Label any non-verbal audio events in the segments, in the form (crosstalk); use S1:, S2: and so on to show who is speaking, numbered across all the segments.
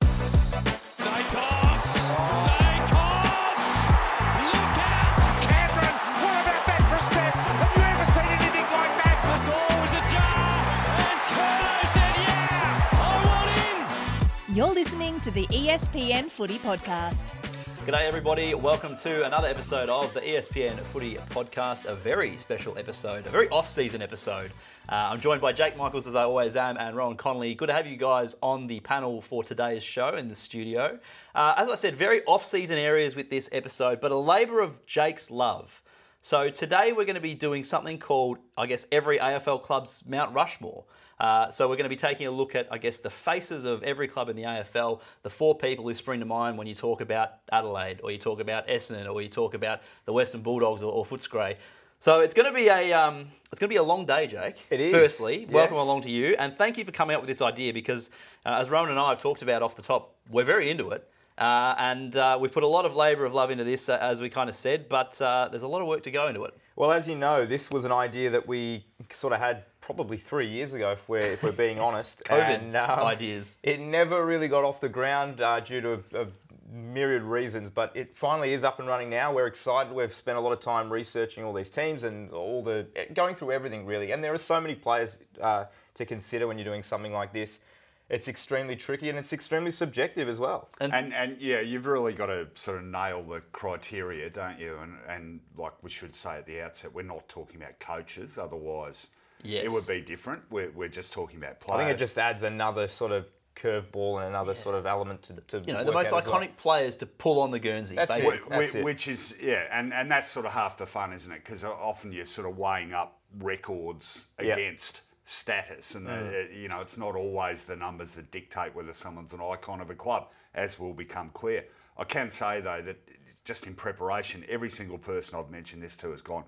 S1: Dykos! Dykos! Look out! Cameron, what about that for step? Have you ever seen anything like that? The door was ajar, and Kerno said, yeah, I want in!
S2: You're listening to the E ESPN Footy Podcast.
S3: G'day, everybody. Welcome to another episode of the E ESPN Footy Podcast. A very special episode, a very off-season episode. Uh, I'm joined by Jake Michaels, as I always am, and Rowan Connolly. Good to have you guys on the panel for today's show in the studio. Uh, as I said, very off-season areas with this episode, but a labour of Jake's love. So today we're going to be doing something called, I guess, every AFL club's Mount Rushmore. Uh, so we're going to be taking a look at, I guess, the faces of every club in the AFL, the four people who spring to mind when you talk about Adelaide, or you talk about Essendon, or you talk about the Western Bulldogs or, or Footscray. So it's going to be a um, it's going to be a long day, Jake. It is. Firstly, welcome along to you, and thank you for coming up with this idea because, uh, as Ronan and I have talked about off the top, we're very into it. Uh, and uh, we put a lot of labour of love into this, uh, as we kind of said, but uh, there's a lot of work to go into it.
S4: Well, as you know, this was an idea that we sort of had probably three years ago, if we're, if we're being
S3: (laughs)
S4: honest. um,
S3: COVID ideas.
S4: It never really got off the ground uh, due to a, a myriad reasons, but it finally is up and running now. We're excited. We've spent a lot of time researching all these teams and all the going through everything really. And there are so many players uh, to consider when you're doing something like this. It's extremely tricky and it's extremely subjective as well.
S5: And and yeah, you've really got to sort of nail the criteria, don't you? And and like we should say at the outset, we're not talking about coaches, otherwise
S3: Yes.
S5: it would be different. We're, we're just talking about
S4: I
S5: players.
S4: think it just adds another sort of curveball and another sort of element to, to
S3: You know, the
S4: work
S3: most
S4: out as well.
S3: iconic players to pull on the Guernsey.
S4: That's it.
S3: basically.
S5: Wh-
S4: That's
S5: wh-
S4: it.
S5: which is yeah, and and that's sort of half the fun, isn't it? Because often you're sort of weighing up records
S4: Yeah. Mm.
S5: against status, and uh, you know it's not always the numbers that dictate whether someone's an icon of a club, as will become clear. I can say though that just in preparation, every single person I've mentioned this to has gone.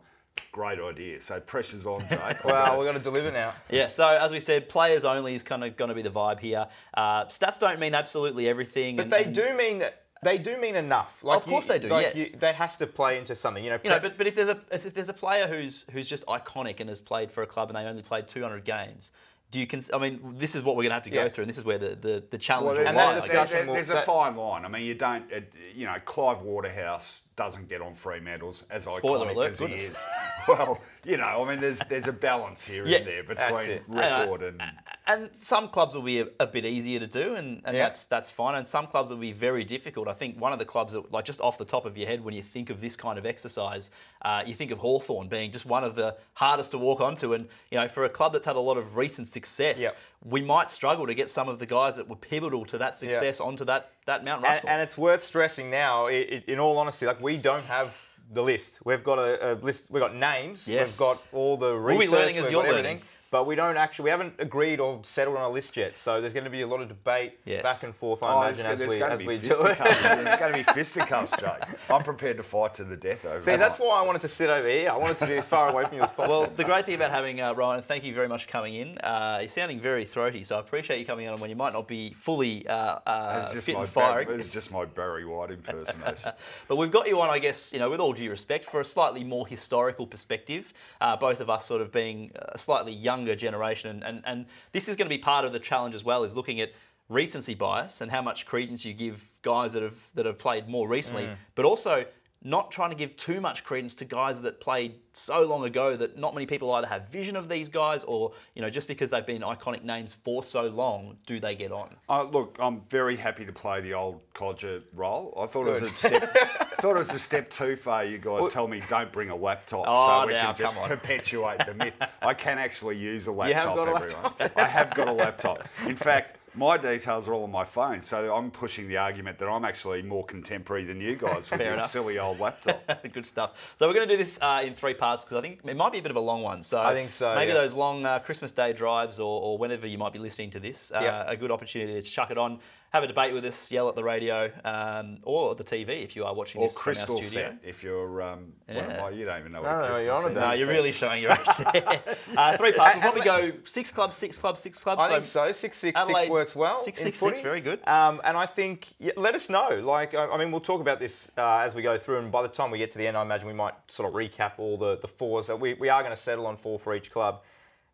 S5: Great idea. So pressure's on, Jake.
S4: (laughs) Well, we're going to deliver now.
S3: Yeah, so as we said, players only is kind of going to be the vibe here. Uh, stats don't mean absolutely everything.
S4: But
S3: and-
S4: they
S3: and-
S4: do mean they do mean enough. Like
S3: Of course
S4: you-
S3: they do,
S4: Like
S3: yes.
S4: you, that has to play into something. You know,
S3: You know,
S4: pre-
S3: but, but if there's a if there's a player who's who's just iconic and has played for a club and they only played 200 games, do you cons- I mean, this is what we're going to have to go
S4: Yeah.
S3: through, and this is where the the, the challenge.
S5: Well,
S4: And
S3: lies,
S4: that
S3: I
S5: there's,
S3: guess.
S4: discussion
S5: there's-
S4: will-
S5: there's a
S4: that-
S5: fine line. I mean, you don't, it, you know, Clive Waterhouse doesn't get on Fremantle's as
S3: Spoiler
S5: iconic
S3: alert,
S5: as
S3: goodness.
S5: he is. (laughs) Well, you know, I mean, there's there's a balance here
S3: Yes,
S5: and there
S4: that's
S5: between
S4: it.
S5: record and
S3: and some clubs will be a, a bit easier to do, and, and
S4: Yeah.
S3: that's that's fine. And some clubs will be very difficult. I think one of the clubs that, like, just off the top of your head, when you think of this kind of exercise, uh, you think of Hawthorn being just one of the hardest to walk onto. And you know, for a club that's had a lot of recent success,
S4: Yep.
S3: we might struggle to get some of the guys that were pivotal to that success onto that that Mount
S4: and,
S3: Rushmore.
S4: and it's worth stressing now. i i in all honesty, like we don't have the list. We've got a, a list. We've got names.
S3: Yes.
S4: We've got all the
S3: be
S4: research.
S3: learning as
S4: we've
S3: you're
S4: got everything.
S3: learning.
S4: But we don't actually. We haven't agreed or settled on a list yet. So there's going to be a lot of debate
S3: Yes.
S4: back and forth. I
S5: Oh,
S4: imagine as we
S5: gonna
S4: as we do it.
S5: fisticuffs. there's going to be fisticuffs, Jake. I'm prepared to fight to the death over.
S4: (laughs) See,
S5: it.
S4: that's why I wanted to sit over here. I wanted to be as far away from you as possible.
S3: Well, the great thing about having uh, Ryan, and thank you very much for coming in. Uh, you're sounding very throaty, so I appreciate you coming on when you might not be fully uh, uh,
S5: It's just,
S3: fit
S5: my
S3: and
S5: Barry,
S3: firing.
S5: it's just my Barry White impersonation.
S3: But we've got you on, I guess, you know, with all due respect, for a slightly more historical perspective. Uh, both of us sort of being a slightly younger generation, and, and and this is going to be part of the challenge as well, is looking at recency bias and how much credence you give guys that have that have played more recently, but also. Not trying to give too much credence to guys that played so long ago that not many people either have vision of these guys or, you know, just because they've been iconic names for so long, do they get on?
S5: Uh, look, I'm very happy to play the old codger role. I thought it was a step. I thought it was a step too far. You guys tell me don't bring a laptop,
S3: Oh,
S5: so we
S3: now,
S5: can just
S3: come on.
S5: perpetuate the myth. I can actually use a laptop.
S4: have got a
S5: everyone. I have got a laptop. In fact, My details are all on my phone, so I'm pushing the argument that I'm actually more contemporary than you guys with
S4: Fair
S5: your
S4: enough.
S5: silly old laptop.
S4: (laughs) Good stuff. So we're going to do this uh, in three parts because I think it might be a bit of a long one. So
S3: I think so,
S4: Maybe
S3: yeah.
S4: those long uh, Christmas Day drives or, or whenever you might be listening to this, uh,
S3: Yeah.
S4: a good opportunity to chuck it on, have a debate with us, yell at the radio um, or at the TV if you are watching
S5: Or
S4: this from our
S5: crystal
S4: studio.
S5: set, if you're um, one of
S4: Yeah.
S5: my, you don't even know
S3: No,
S5: what a
S3: no,
S5: crystal
S3: you're on
S5: set
S3: about-
S5: is.
S4: No, you're really showing your age there.
S3: (laughs)
S4: Uh, three parts. We'll probably go six clubs, six clubs, six clubs.
S3: I think so. Six six
S4: Adelaide-
S3: six works well.
S4: six,
S3: in
S4: six, six,
S3: footy.
S4: very good.
S3: Um, and I think yeah, let us know. Like I, I mean, we'll talk about this uh, as we go through, and by the time we get to the end, I imagine we might sort of recap all the the fours. Uh, We we are going to settle on four for each club.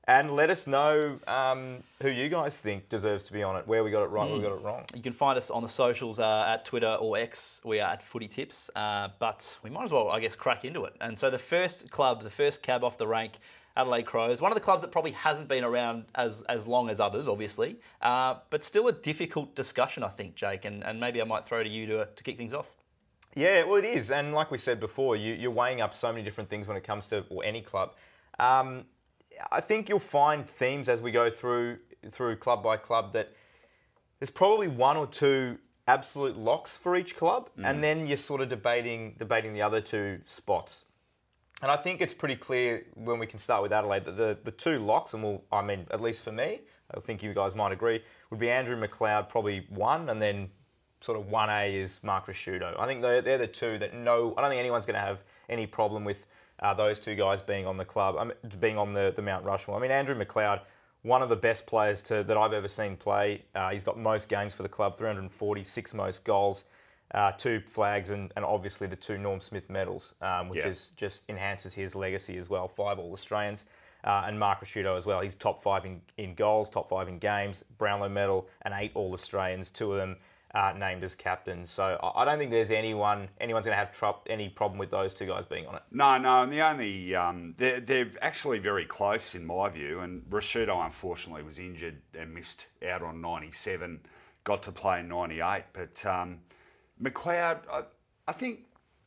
S3: And let us know um, who you guys think deserves to be on it, where we got it right, where we got it wrong.
S4: Hmm. You can find us on the socials uh, at Twitter or X. We are at Footy Tips, uh, but we might as well, I guess, crack into it. And so the first club, the first cab off the rank, Adelaide Crows, one of the clubs that probably hasn't been around as as long as others, obviously, uh, but still a difficult discussion, I think, Jake. And, and maybe I might throw to you to, to kick things off.
S3: Yeah, well, it is, and like we said before, you, you're weighing up so many different things when it comes to or any club. Um, I think you'll find themes as we go through through club by club that there's probably one or two absolute locks for each club, and then you're sort of debating debating the other two spots. And I think it's pretty clear when we can start with Adelaide that the, the two locks, and we'll, I mean, at least for me, I think you guys might agree, would be Andrew McLeod probably one, and then sort of 1A is Mark Rashudo. I think they're, they're the two that no, I don't think anyone's going to have any problem with uh, those two guys being on the club, I mean, being on the, the Mount Rushmore. I mean, Andrew McLeod, one of the best players to, that I've ever seen play. Uh, he's got most games for the club, 346 most goals, uh, two flags, and, and obviously the two Norm Smith medals, um, which
S5: Yeah.
S3: is just enhances his legacy as well. Five All Australians. Uh, and Mark Rashudo as well. He's top five in, in goals, top five in games, Brownlow medal, and eight All Australians, two of them uh, named as captains. So I, I don't think there's anyone anyone's going to have trou- any problem with those two guys being on it.
S5: No, no, and the only um, they're, they're actually very close in my view. And Rashudo unfortunately was injured and missed out on '97, got to play '98. But um, McLeod, I, I think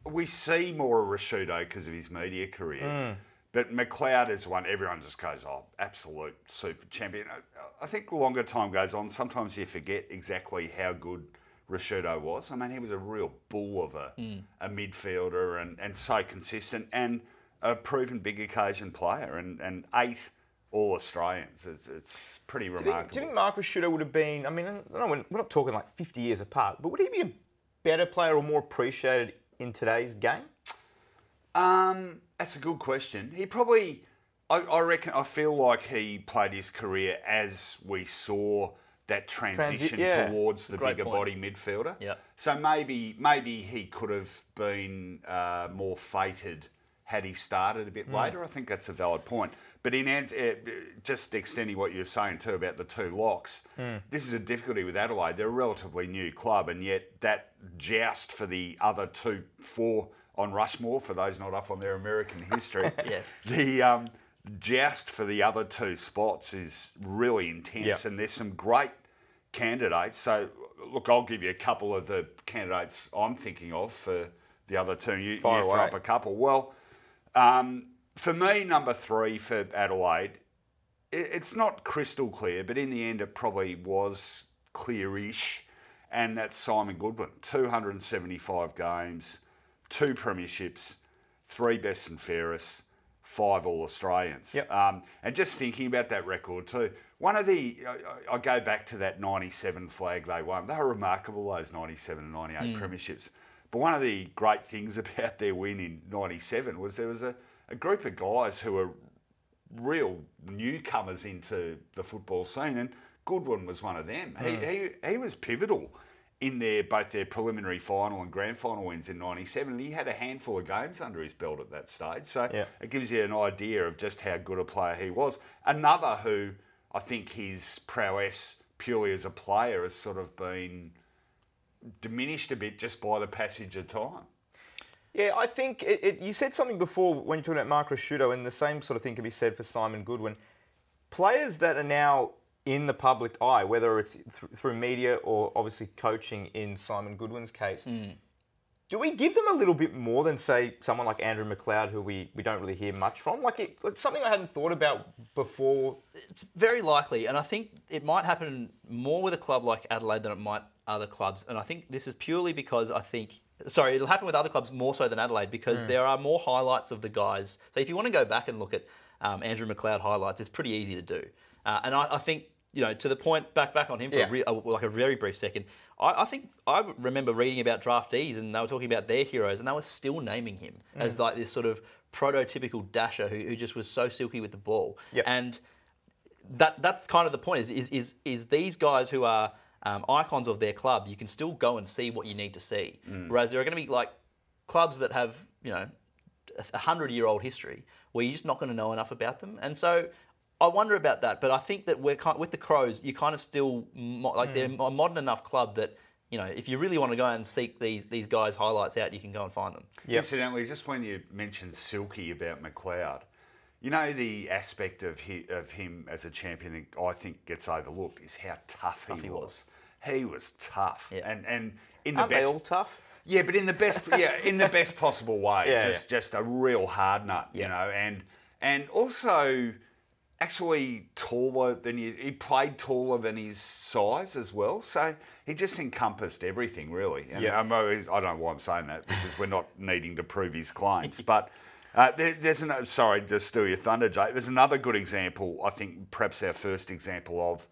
S5: we see more of Rashudo because of his media career. But McLeod is one everyone just goes, oh, absolute super champion. I, I think the longer time goes on, sometimes you forget exactly how good Rashudo was. I mean, he was a real bull of a, a midfielder and, and so consistent and a proven big occasion player and, and eight All Australians. It's, it's pretty
S3: Do you
S5: remarkable.
S3: think, do you think Mark Rashudo would have been? I mean, I don't know, we're- we're not talking like 50 years apart, but would he be a better player or more appreciated in today's game?
S5: Um, that's a good question. He probably, I, I reckon, I feel like he played his career as we saw that transition
S3: yeah.
S5: towards the
S4: Great
S5: bigger
S4: point.
S5: body midfielder.
S4: Yep.
S5: So maybe maybe he could have been uh, more fated had he started a bit
S4: Hmm.
S5: later. I think that's a valid point. But in ans- uh, just extending what you're saying too about the two locks,
S4: Hmm.
S5: this is a difficulty with Adelaide. They're a relatively new club, and yet that joust for the other two four on Rushmore for those not up on their
S4: (laughs)
S5: American history.
S4: Yes.
S5: The um, joust for the other two spots is really intense,
S3: Yeah.
S5: and there's some great candidates. So, look, I'll give you a couple of the candidates I'm thinking of for the other two. You, you throw
S3: Fire away.
S5: up a couple. Well, um, for me, number three for Adelaide, i- it's not crystal clear, but in the end, it probably was clear-ish, and that's Simon Goodwin. 275 games, two premierships, three best and fairest, five All Australians.
S3: Yep.
S5: Um, and just thinking about that record too. One of the, I, I I go back to that 97 flag they won. They were remarkable, those 97 and 98 premierships. But one of the great things (laughs) about their win in 97 was there was a, a group of guys who were real newcomers into the football scene, and Goodwin was one of them. He, he, he was pivotal in their both their preliminary final and grand final wins in '97, and he had a handful of games under his belt at that stage. So
S3: Yeah.
S5: it gives you an idea of just how good a player he was. Another who I think his prowess purely as a player has sort of been diminished a bit just by the passage of time.
S3: Yeah, I think it, it, you said something before when you're talking about Mark Rashudo, and the same sort of thing can be said for Simon Goodwin. Players that are now in the public eye, Hmm. whether it's th- through media or obviously coaching in Simon Goodwin's case,
S4: Do we give them a little bit more than say someone like Andrew McLeod, who we, we don't really hear much from? Like, it, like something I hadn't thought about before.
S3: It's very likely, and I think it might happen more with a club like Adelaide than it might other clubs. And I think this is purely because I think, sorry, it'll happen with other clubs more so than Adelaide because there are more highlights of the guys. So if you want to go back and look at um, Andrew McLeod highlights, it's pretty easy to do. Uh, and I, I think. You know, to the point back back on him for
S4: Yeah.
S3: a re- a, like a very brief second. I, I think I remember reading about draftees and they were talking about their heroes and they were still naming him
S4: Mm.
S3: as like this sort of prototypical dasher who, who just was so silky with the ball.
S4: Yep.
S3: And that that's kind of the point is is is, is these guys who are um, icons of their club you can still go and see what you need to see
S4: Mm.
S3: whereas there are going to be like clubs that have you know a hundred year old history where you're just not going to know enough about them and so I wonder about that but I think that we're kind with the Crows you kind of still mo- like
S4: Hmm.
S3: they're a modern enough club that you know if you really want to go and seek these these guys highlights out you can go and find them
S5: Incidentally, just when you mentioned Silky about McLeod, you know the aspect of hi of him as a champion that I think gets overlooked is how tough he,
S3: he
S5: was.
S3: was.
S5: He was tough,
S3: Yeah.
S5: and and in
S4: Aren't
S5: the best
S4: they all tough?
S5: Yeah, but in the best, yeah, in the best possible way.
S4: Yeah,
S5: just, just a real hard nut, you
S3: Yeah.
S5: know, and and also actually taller than he, he played taller than his size as well. So he just encompassed everything really. And
S4: Yeah.
S5: I'm always- I don't know why I'm saying that because we're not needing to prove his claims, (laughs) but. Uh, there, there's an, sorry, just steal your thunder, Jake. There's another good example. I think perhaps our first example of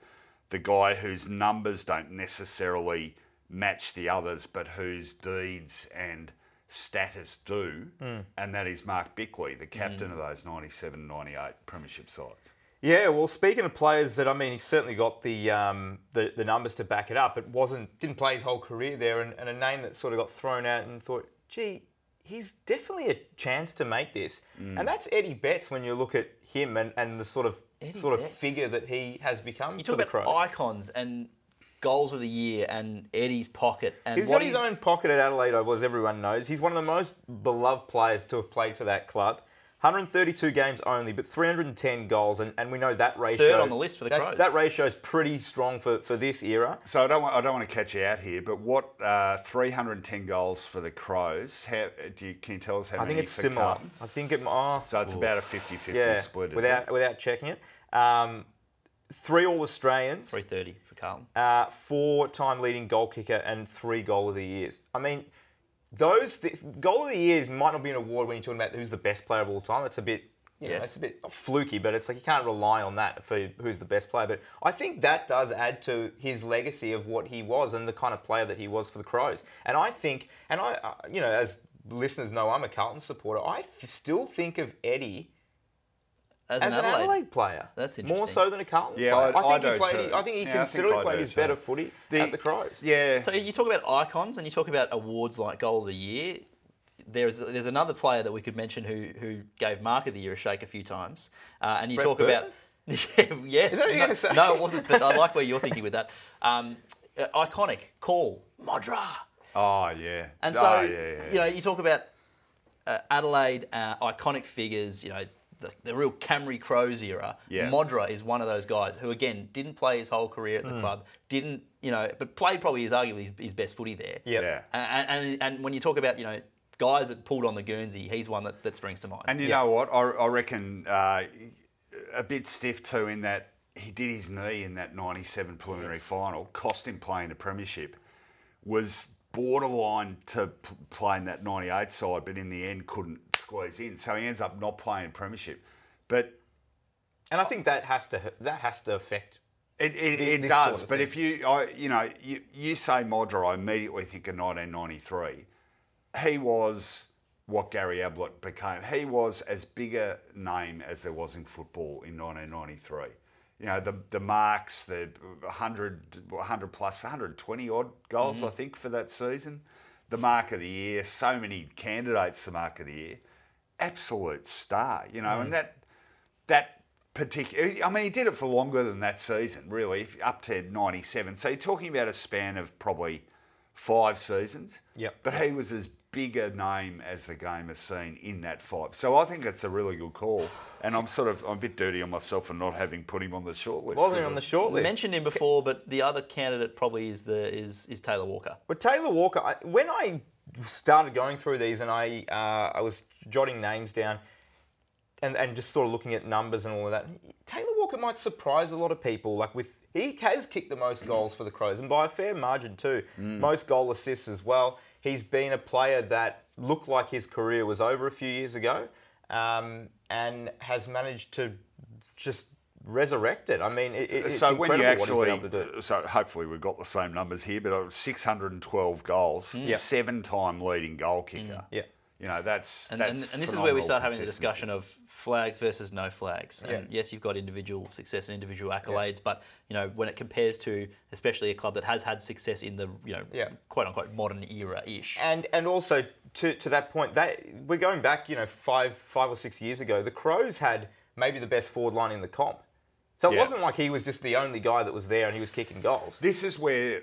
S5: the guy whose numbers don't necessarily match the others, but whose deeds and status do, and that is Mark Bickley, the captain of those 97 98 Premiership sides.
S4: Yeah, well, speaking of players that I mean, he certainly got the um, the, the numbers to back it up. It wasn't didn't play his whole career there, and, and a name that sort of got thrown out and thought, gee, he's definitely a chance to make this.
S3: Mm. Hmm.
S4: And that's Eddie Betts when you look at him and, and the sort of
S3: Eddie
S4: sort of
S3: Betts.
S4: figure that he has become
S3: you
S4: for
S3: talk
S4: the
S3: about
S4: Crows.
S3: icons and goals of the year and Eddie's pocket and
S4: He's
S3: what
S4: got his
S3: he-
S4: own pocket at Adelaide Oval, as everyone knows. He's one of the most beloved players to have played for that club. 132 games only, but 310 goals, and, and we know that ratio.
S3: on the list for the
S4: that's-
S3: Crows.
S4: That ratio is pretty strong for, for this era.
S5: So I don't want, I don't want to catch you out here, but what uh, 310 goals for the Crows? How, do you, can you tell us how
S4: I
S5: many
S4: think it's
S5: for
S4: similar.
S5: Carlton?
S4: I think it. Oh,
S5: So it's about a 50 50
S4: yeah,
S5: split. is
S4: without
S5: it?
S4: without checking it. Um, three All Australians,
S3: 330 for Carlton
S4: uh, four-time leading goal kicker, and three Goal of the Years. I mean, those th- Goal of the Years might not be an award when you're talking about who's the best player of all time. It's a bit, you know,
S3: Yes.
S4: it's a bit fluky, but it's like you can't rely on that for who's the best player. But I think that does add to his legacy of what he was and the kind of player that he was for the Crows. And I think, and I, uh, you know, as listeners know, I'm a Carlton supporter. I th- still think of Eddie
S3: as,
S4: as an Adelaide, player.
S3: That's
S4: More
S3: interesting.
S4: so than a Carlton
S5: Yeah,
S4: player.
S5: I-
S4: think
S5: I
S4: he
S5: do
S4: played.
S5: too.
S4: I think he
S5: Yeah, I think
S4: considerably
S5: I do
S4: played his
S5: too.
S4: better footy
S5: The-
S4: at the Crows.
S5: Yeah.
S3: So you talk about icons and you talk about awards like Goal of the Year. There's there's another player that we could mention who who gave Mark of the Year a shake a few times, uh, and you
S4: Brett
S3: talk
S4: Bird?
S3: about (laughs) yes,
S4: Is that what you're
S3: no,
S4: gonna say?
S3: no, it wasn't. But I like where you're thinking with that. Um, uh, iconic call Modra,
S5: Oh, yeah.
S3: and
S5: oh,
S3: so
S5: yeah, yeah,
S3: you know you talk about uh, Adelaide uh, iconic figures. You know the, the real Camry Crows era.
S5: Yeah.
S3: Modra is one of those guys who again didn't play his whole career at the
S5: Hmm.
S3: club, didn't you know, but played probably his arguably his, his best footy there.
S4: Yep.
S5: yeah.
S3: And, and, and when you talk about, you know, guys that pulled on the Guernsey, he's one that, that springs to mind.
S5: And you know what? I, I reckon uh, a bit stiff too in that he did his knee in that 97 preliminary final, cost him playing the Premiership, was borderline to p- play in that 98 side, but in the end couldn't squeeze in. So he ends up not playing Premiership. But
S4: And I think that has to that has to affect.
S5: It, it,
S4: Thi-
S5: it
S4: this
S5: does,
S4: sort of
S5: but
S4: thing.
S5: if you, I, you know, you, you say Modra, I immediately think of 1993. He was what Gary Ablett became. He was as big a name as there was in football in 1993. You know, the the marks, the 100, 100 plus, 120 odd goals,
S4: Mm-hmm.
S5: I think, for that season. The mark of the year, so many candidates for mark of the year. Absolute star, you know,
S4: Mm.
S5: and that that particular. I mean, he did it for longer than that season, really, if- up to '97. So you're talking about a span of probably five seasons.
S4: Yep.
S5: But he was as big a name as the game has seen in that five. So I think it's a really good call, and I'm sort of I'm a bit dirty on myself for not having put him on the short list.
S4: Wasn't
S5: 'cause
S4: on
S5: I-
S4: the short
S3: We
S4: list.
S3: mentioned him before, but the other candidate probably is the is is Taylor Walker.
S4: but Taylor Walker, I, when I started going through these, and I uh, I was jotting names down, and and just sort of looking at numbers and all of that. Taylor Walker might surprise a lot of people. Like with he has kicked the most goals for the Crows, and by a fair margin too. Most goal assists as well. He's been a player that looked like his career was over a few years ago, um, and has managed to just resurrect it. I mean, it, it- it's
S5: so when you
S4: incredible what
S5: actually,
S4: he's been able to do.
S5: so hopefully we've got the same numbers here, but it was 612 goals, seven-time leading goal kicker.
S4: Mm. Yeah.
S5: you know that's
S3: And, and,
S5: that's
S3: and this is where we
S5: phenomenal
S3: start having the
S5: consistency.
S3: discussion of flags versus no flags. And yes, you've got individual success and individual accolades, but you know when it compares to, especially a club that has had success in the you know
S4: Yeah.
S3: quote unquote modern era ish.
S4: And and also to, to that point, that we're going back, you know, five five or six years ago, the Crows had maybe the best forward line in the comp. So it
S5: Yeah.
S4: wasn't like he was just the only guy that was there and he was kicking goals.
S5: This is where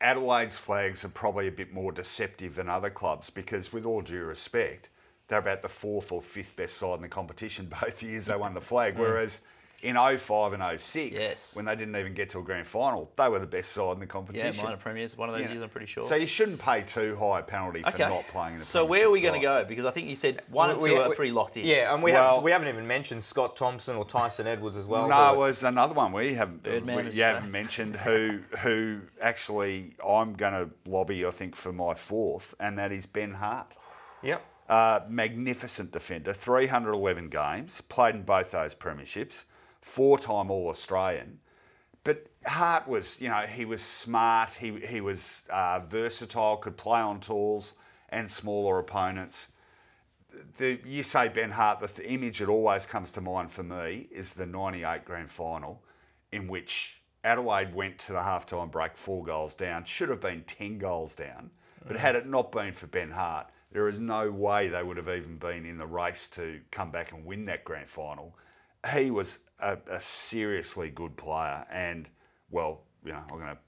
S5: Adelaide's flags are probably a bit more deceptive than other clubs because, with all due respect, they're about the fourth or fifth best side in the competition (laughs) both years they won the flag. Whereas in 05 and 06,
S3: Mm. Yes.
S5: when they didn't even get to a grand final, they were the best side in the
S3: yeah,
S5: competition.
S3: minor premiers, one of those
S5: You know,
S3: years, I'm pretty sure.
S5: So you shouldn't pay too high a penalty for
S3: okay.
S5: not playing in the
S3: so where are we going to
S5: premiership side.
S3: go? Because I think you said one and two
S4: We- we-
S3: are
S4: we-
S3: pretty locked in.
S4: Yeah, and we
S5: Well-
S4: have we haven't even mentioned Scott Thompson or Tyson Edwards as well.
S5: No,
S4: who-
S5: it was another one we haven't,
S3: Birdman,
S5: we,
S3: as
S5: you
S3: you say.
S5: haven't mentioned who who actually I'm going to lobby I think for my fourth, and that is Ben Hart.
S4: Yep.
S5: Uh, magnificent defender, 311 games, played in both those premierships, four-time All-Australian. But Hart was, you know, he was smart. He he was uh, versatile, could play on tools and smaller opponents. The, you say Ben Hart, the th- image that always comes to mind for me is the 98 grand final in which Adelaide went to the halftime break four goals down, should have been 10 goals down, but had it not been for Ben Hart, there is no way they would have even been in the race to come back and win that grand final. He was a, a seriously good player, and well, you know, I'm going to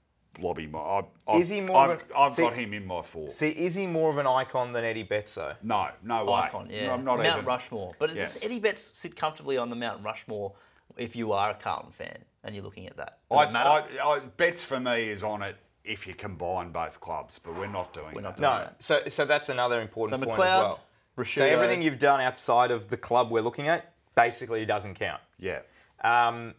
S5: lobby my. I, I've,
S4: Is he more of
S5: I've,
S4: a-
S5: I've
S4: see-
S5: got him in my four.
S4: See, is he more of an icon than Eddie Betts though?
S5: no, no way.
S3: icon. Yeah,
S5: I'm not
S3: Mount
S5: even-
S3: Rushmore. But it's
S5: Yeah.
S3: just, Eddie Betts sit comfortably on the Mount Rushmore if you are a Carlton fan and you're looking at that. Does
S5: I,
S3: it matter?
S5: I, I, bets for me is on it if you combine both clubs, but we're not doing
S3: We're not
S5: that.
S4: No.
S3: doing
S4: So so that's another important
S3: So
S4: point
S3: McLeod,
S4: as well. so
S3: Rashido.
S4: everything you've done outside of the club we're looking at basically doesn't count.
S5: Yeah.
S4: Um,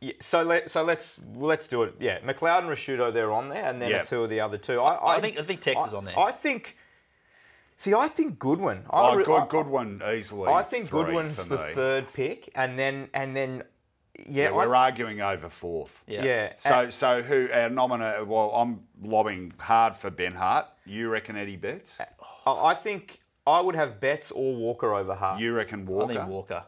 S4: yeah, so let so let's let's do it. Yeah, McLeod and Rashudo, they're on there, and then
S5: Yeah.
S4: it's who are the other two? I, I,
S3: I think- I think Tex is on there.
S4: I think. See, I think Goodwin. I,
S5: Oh,
S4: re- I-
S5: good, good one easily.
S4: I think
S5: three
S4: Goodwin's
S5: for
S4: the
S5: me.
S4: third pick, and then and then, yeah,
S5: Yeah, we're
S4: I,
S5: arguing over fourth.
S3: Yeah.
S4: yeah.
S5: So, so who our nominee? Well, I'm lobbing hard for Ben Hart. You reckon Eddie
S4: Uh,
S5: Betts?
S4: I I think I would have Betts or Walker over Hart.
S5: You reckon
S3: I
S5: Walker?
S3: think Walker.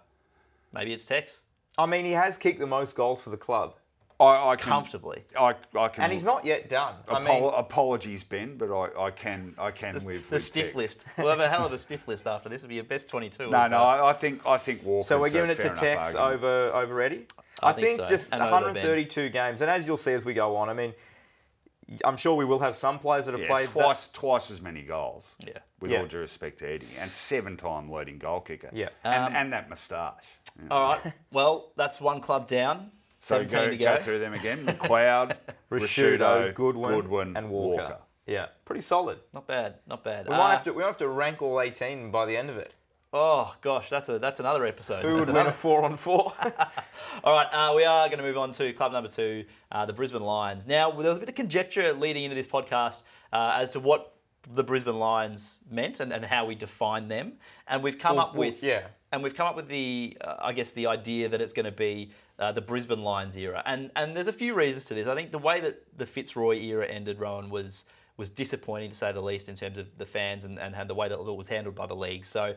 S3: Maybe it's Tex
S4: I mean, he has kicked the most goals for the club,
S5: I, I
S4: Hmm.
S5: can,
S3: comfortably.
S5: I, I can.
S4: and he's not yet done. I
S5: Apo-
S4: mean,
S5: apologies, Ben, but I, I can I can live
S3: The
S5: with
S3: stiff
S5: Tex.
S3: list. We'll have a hell of a stiff list after this. It'll be your best 22.
S5: No, no, I, I think I think Walker.
S4: So we're giving it to Tex over over Eddie. I,
S3: think
S4: think,
S3: so.
S4: just
S3: And over Ben.
S4: 132 games, and as you'll see as we go on, I mean, I'm sure we will have some players that have
S5: Yeah,
S4: played that-
S5: twice twice as many goals.
S3: Yeah.
S5: With
S4: Yeah.
S5: all due respect to Eddie, and seven-time leading goal kicker.
S4: Yeah. Um, Oh,
S5: And, and that moustache. Yeah.
S3: All right. Well, that's one club down.
S5: So
S3: 17
S5: go,
S3: to go.
S5: go through them again.
S4: (laughs)
S5: McLeod,
S4: Rashudo,
S5: Rashudo,
S4: Goodwin,
S5: Goodwin,
S4: and Walker. Yeah, pretty solid.
S3: Not bad. Not bad.
S4: We
S3: Uh,
S4: might have to we might have to rank all 18 by the end of it.
S3: Oh gosh, that's a that's another episode.
S4: Who
S3: That's
S4: would win a
S3: another-
S4: four on four?
S3: All right, uh, we are going to move on to club number two, uh, the Brisbane Lions. Now, there was a bit of conjecture leading into this podcast uh, as to what the Brisbane Lions meant and, and how we define them, and we've come
S4: Well,
S3: up
S4: well,
S3: with
S4: yeah.
S3: and we've come up with the uh, I guess the idea that it's going to be uh, the Brisbane Lions era, and and there's a few reasons to this. I think the way that the Fitzroy era ended, Rowan, was was disappointing to say the least in terms of the fans and and how the way that it was handled by the league. So it-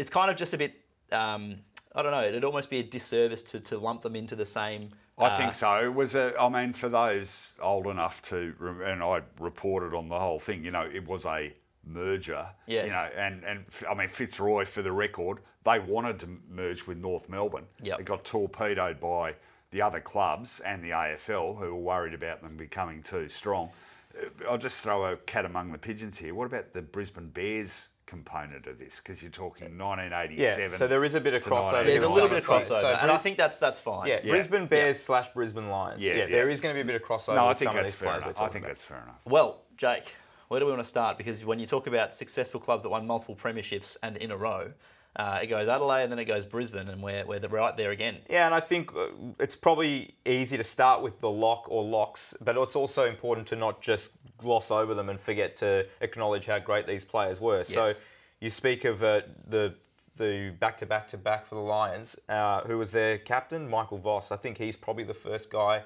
S3: it's kind of just a bit. Um, I don't know. It'd almost be a disservice to, to lump them into the same.
S4: Uh,
S3: uh,
S5: I think so. It was a, I mean, for those old enough to, rem- and I reported on the whole thing. You know, it was a merger.
S3: Yes.
S5: You know, and and f- I mean Fitzroy, for the record, they wanted to merge with North Melbourne.
S3: Yep.
S5: It got torpedoed by the other clubs and the AFL, who were worried about them becoming too strong. Uh, I'll just throw a cat among the pigeons here. What about the Brisbane Bears? component of this because you're talking 1987
S4: (laughs) Yeah, so there is a bit of
S5: to
S4: crossover.
S3: There's a little bit
S5: 1987.
S3: of crossover,
S4: So
S3: and I
S4: Bris-
S3: think that's that's fine.
S4: yeah, Brisbane Bears slash Brisbane Lions.
S5: Yeah,
S4: Yeah, there
S5: yeah.
S4: is going to be a bit of crossover.
S5: No, I
S4: with
S5: think
S4: some of
S5: that's
S4: these
S5: fair
S4: players
S5: enough.
S4: we're
S5: I think
S4: talking
S5: that's fair enough.
S3: Well, Jake, Where do we want to start? Because when you talk about successful clubs that won multiple premierships and in a row, uh, it goes Adelaide and then it goes Brisbane, and we're, we're the- right there again.
S4: Yeah, and I think uh, it's probably easy to start with the lock or locks, but it's also important to not just gloss over them and forget to acknowledge how great these players were. So
S3: Yes.
S4: you speak of uh, the the back to back to back for the Lions, uh, who was their captain, Michael Voss. I think he's probably the first guy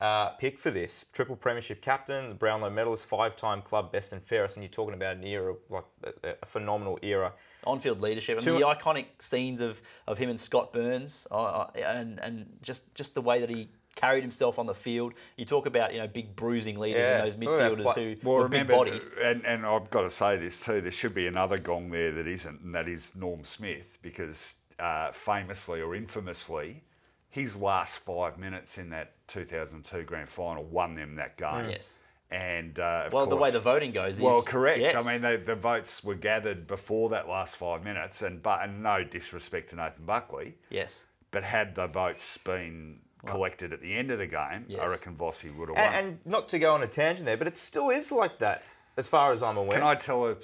S4: uh, picked for this triple premiership captain, the Brownlow medalist, five time club best and fairest, and you're talking about an era like a, a phenomenal era.
S3: on-field leadership. I
S4: Two-
S3: mean, the iconic scenes of, of him and Scott Burns, uh, uh, and and just just the way that he carried himself on the field. You talk about you know big bruising leaders
S4: Yeah.
S5: Oh,
S3: and those
S4: Look at that
S3: midfielders
S4: play-
S3: who were big bodied.
S5: and, and I've got to say this too. There should be another gong there that isn't, and that is Norm Smith, because uh, famously or infamously, his last five minutes in that 2002 grand final won them that game.
S3: Mm. Yes.
S5: And uh, of
S3: Well, the way
S5: course-
S3: the voting goes is
S5: well, correct.
S3: Yes.
S5: I mean, the, the votes were gathered before that last five minutes, and but and no disrespect to Nathan Buckley,
S3: yes,
S5: but had the votes been collected at the end of the game,
S3: Yes.
S5: I reckon Vossi would have won.
S4: And, and not to go on a tangent there, but it still is like that, as far as I'm aware.
S5: Can I tell a?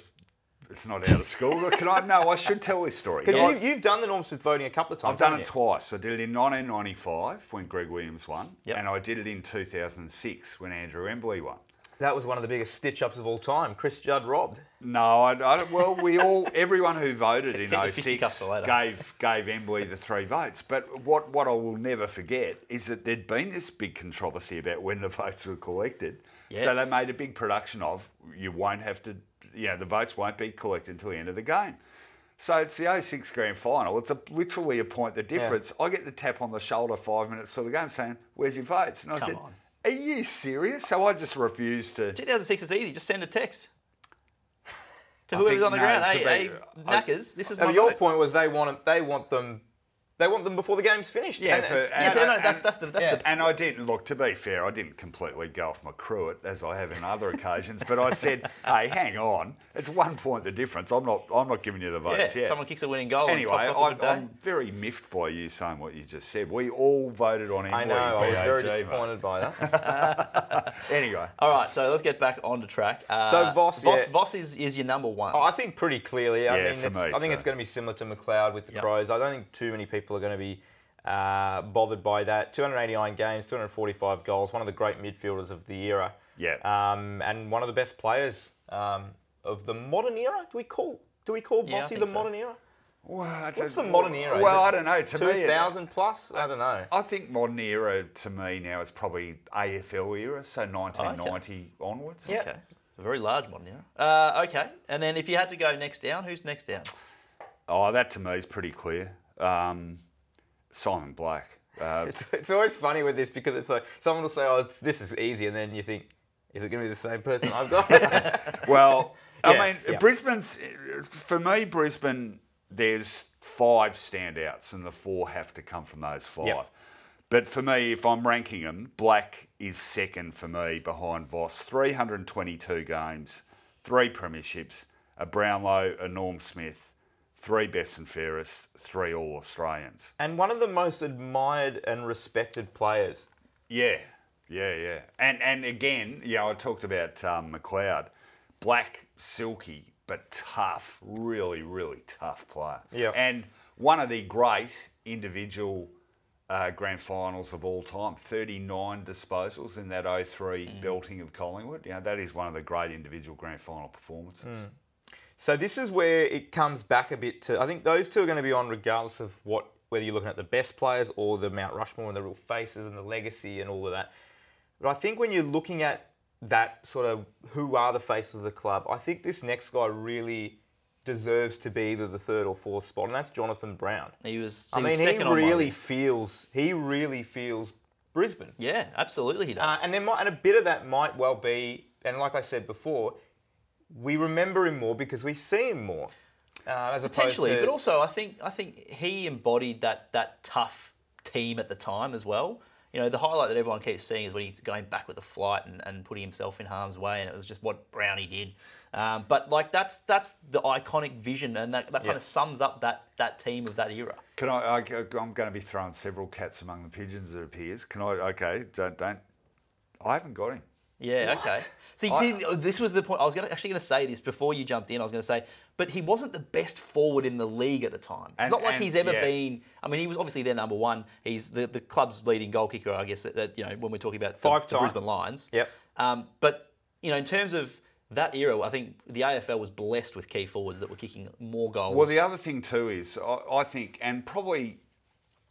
S5: It's not out of school. but Can I? No, I should tell this
S4: (laughs)
S5: story.
S4: Because
S5: Guys,
S4: you, you've done the Norm Smith voting a couple of times.
S5: I've done
S4: haven't
S5: it
S4: you?
S5: twice. I did it in 1995 when Greg Williams won,
S3: Yep.
S5: and I did it in 2006 when Andrew Embley won.
S4: That was one of the biggest stitch ups of all time. Chris Judd robbed.
S5: No, I, I, well, we all, everyone who voted in
S3: Keep the
S5: 06
S3: fisticuffs for later.
S5: gave, gave Embley the three votes. But what, what I will never forget is that there'd been this big controversy about when the (laughs) votes were collected. So
S3: Yes.
S5: they made a big production of you won't have to, you know, the votes won't be collected until the end of the game. So it's the 06 grand final. It's a, literally a point the difference. I get the tap on the shoulder five minutes for the game saying, Where's your votes? And I
S3: Come
S5: said,
S3: on.
S5: Are you serious? So I just refused to.
S3: 2006 is easy. Just send
S4: (laughs)
S3: a text to
S5: I
S3: whoever's
S5: think
S3: on the
S5: no,
S3: ground.
S5: to
S3: Hey, hey,
S5: be- I-
S3: knackers, this is
S4: Now,
S3: my
S4: your
S3: vote.
S4: point was they want it, they want them they want them before the game's finished.
S5: Yeah,
S4: And
S5: for-
S4: it's-
S5: and-
S3: Yes, no, no, that's
S5: and-
S3: that's the that's
S4: yeah.
S3: the.
S5: And I didn't look. To be fair, I didn't completely go off my cruet as I have in other occasions. But I said,
S4: (laughs)
S5: "Hey, hang on, it's one point the difference. I'm not. I'm not giving you the
S3: Yeah,
S5: votes yet."
S3: someone kicks a winning goal.
S5: Anyway,
S3: and tops off a
S5: I,
S3: good day.
S5: I'm very miffed by you saying what you just said. We all voted on him.
S4: I know, I was very disappointed Uh, by
S5: (laughs)
S4: that.
S5: Anyway,
S3: All right, so let's get back onto track. Uh,
S4: So Voss,
S3: Voss,
S4: yeah.
S3: Voss is, is your number one.
S4: Oh, I think pretty clearly. I
S5: Yeah,
S4: mean,
S5: for
S4: it's,
S5: me,
S4: I think
S5: so.
S4: it's going to be similar to McLeod with the
S3: Yep.
S4: Crows. I don't think too many people are going to be uh, bothered by that. 289 games, 245 goals, one of the great midfielders of the era.
S5: Yeah.
S4: Um, and one of the best players um, of the modern era. Do we call do we call
S3: Yeah, I
S4: Vossi the
S3: think so.
S4: modern era?
S5: well, it's
S4: What's
S5: a-
S4: the modern era? Is
S5: Well,
S4: it
S5: I don't know. To me, it-
S4: 2000 plus? I don't know.
S5: I think modern era to me now is probably AFL era, so 1990 onwards.
S4: Yeah.
S3: Okay. A very large one, yeah. Uh, okay. And then if you had to go next down, who's next down?
S5: Oh, that to me is pretty clear. Um, Simon Blake. Uh,
S4: (laughs) It's, it's always funny with this because it's like someone will say, "Oh, it's, this is easy," and then you think, "Is it going to be the same person I've got?" (laughs)
S5: Well,
S4: Yeah,
S5: I mean,
S4: yeah.
S5: Brisbane's for me. Brisbane, there's five standouts, and the four have to come from those five.
S4: Yep.
S5: But for me, if I'm ranking them, Black is second for me behind Voss. 322 games, three premierships, a Brownlow, a Norm Smith, three best and fairest, three All Australians.
S4: and one of the most admired and respected players.
S5: Yeah, yeah, yeah. And and again, you know, I talked about um, McLeod, black, silky, but tough, really, really tough player.
S4: Yeah.
S5: And one of the great individual uh, grand finals of all time, 39 disposals in that 03 belting of Collingwood. You know, that is one of the great individual grand final performances.
S4: So this is where it comes back a bit to. I think those two are going to be on regardless of what whether you're looking at the best players or the Mount Rushmore and the real faces and the legacy and all of that. But I think when you're looking at that sort of who are the faces of the club, I think this next guy really deserves to be either the third or fourth spot, and that's Jonathan Brown.
S3: He was.
S4: I
S3: He
S4: mean,
S3: was
S4: he
S3: second on my
S4: really
S3: list.
S4: feels he really feels Brisbane,
S3: Yeah, absolutely, he does.
S4: uh, and there might, and a bit of that might well be, and like I said before, we remember him more because we see him more, uh, as
S3: potentially,
S4: opposed to
S3: but also I think I think he embodied that that tough team at the time as well. You know, the highlight that everyone keeps seeing is when he's going back with the flight and, and putting himself in harm's way, and it was just what Brownie did. Um, but like that's that's the iconic vision, and that, that kind
S4: Yeah.
S3: of sums up that that team of that era.
S5: Can I, I? I'm going to be throwing several cats among the pigeons. It appears. Can I? Okay, don't don't. I haven't got him.
S3: Yeah, okay. See, see, uh, this was the point. I was gonna, actually going to say this before you jumped in. I was going to say, but he wasn't the best forward in the league at the time. it's
S5: And-
S3: not like
S5: and-
S3: he's ever
S5: yeah.
S3: been. I mean, he was obviously their number one. He's the, the club's leading goal kicker, I guess. That, that, you know, when we're talking about the- the,
S4: Five-time.
S3: Brisbane Lions.
S4: Yep.
S3: Um, but you know, in terms of that era, I think the AFL was blessed with key forwards that were kicking more goals.
S5: Well, the other thing too is I, I think, and probably,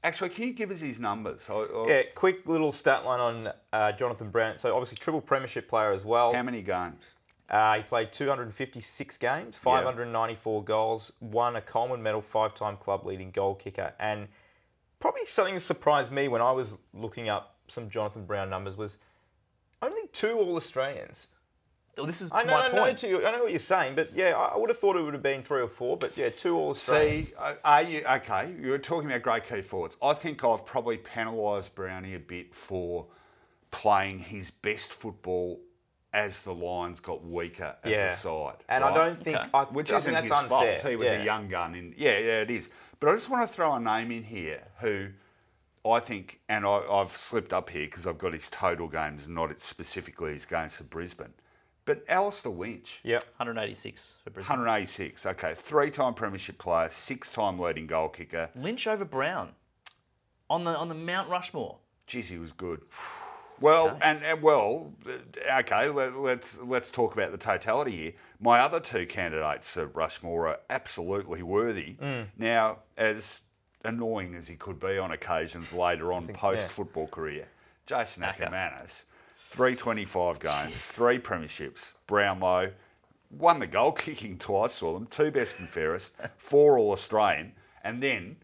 S5: actually, can you give us his numbers? I, I,
S4: Yeah, quick little stat line on uh, Jonathan Brown. So obviously triple premiership player as well.
S5: How many games?
S4: Uh, he played 256 games, 594 goals, won a Coleman Medal, five-time club leading goal kicker, and probably something that surprised me when I was looking up some Jonathan Brown numbers was only two All Australians.
S3: Well, Oh, this is to
S4: I know,
S3: my
S4: I know,
S3: point.
S4: to you, I know what you're saying, but yeah, I I would have thought it would have been three or four, but yeah, two All Australians.
S5: See, uh, are you okay? You were talking about great key forwards. I think I've probably penalised Brownie a bit for playing his best football as the Lions got weaker as
S4: yeah,
S5: a side.
S4: and I
S5: right?
S4: don't think
S3: Okay.
S4: I,
S5: which
S4: I
S5: isn't
S4: think that's
S5: his
S4: unfair.
S5: fault. He was
S4: yeah.
S5: a young gun. In yeah, yeah, it is. But I just want to throw a name in here who I think, and I, I've slipped up here because I've got his total games, not it's specifically his games for Brisbane. But Alistair Lynch,
S4: Yep.
S3: 186 for Brisbane.
S5: 186. Okay, three-time Premiership player, six-time leading goal kicker.
S3: Lynch over Brown on the on the Mount Rushmore.
S5: Geez, he was good. Well, and, and well, uh, okay. Let, let's let's talk about the totality here. My other two candidates for Rushmore are absolutely worthy. Now, as annoying as he could be on occasions later on post football career, Jason Ackermanis, three twenty five games, three premierships. Brownlow won the goal (laughs) kicking twice for them, two best and fairest, four All Australian, and then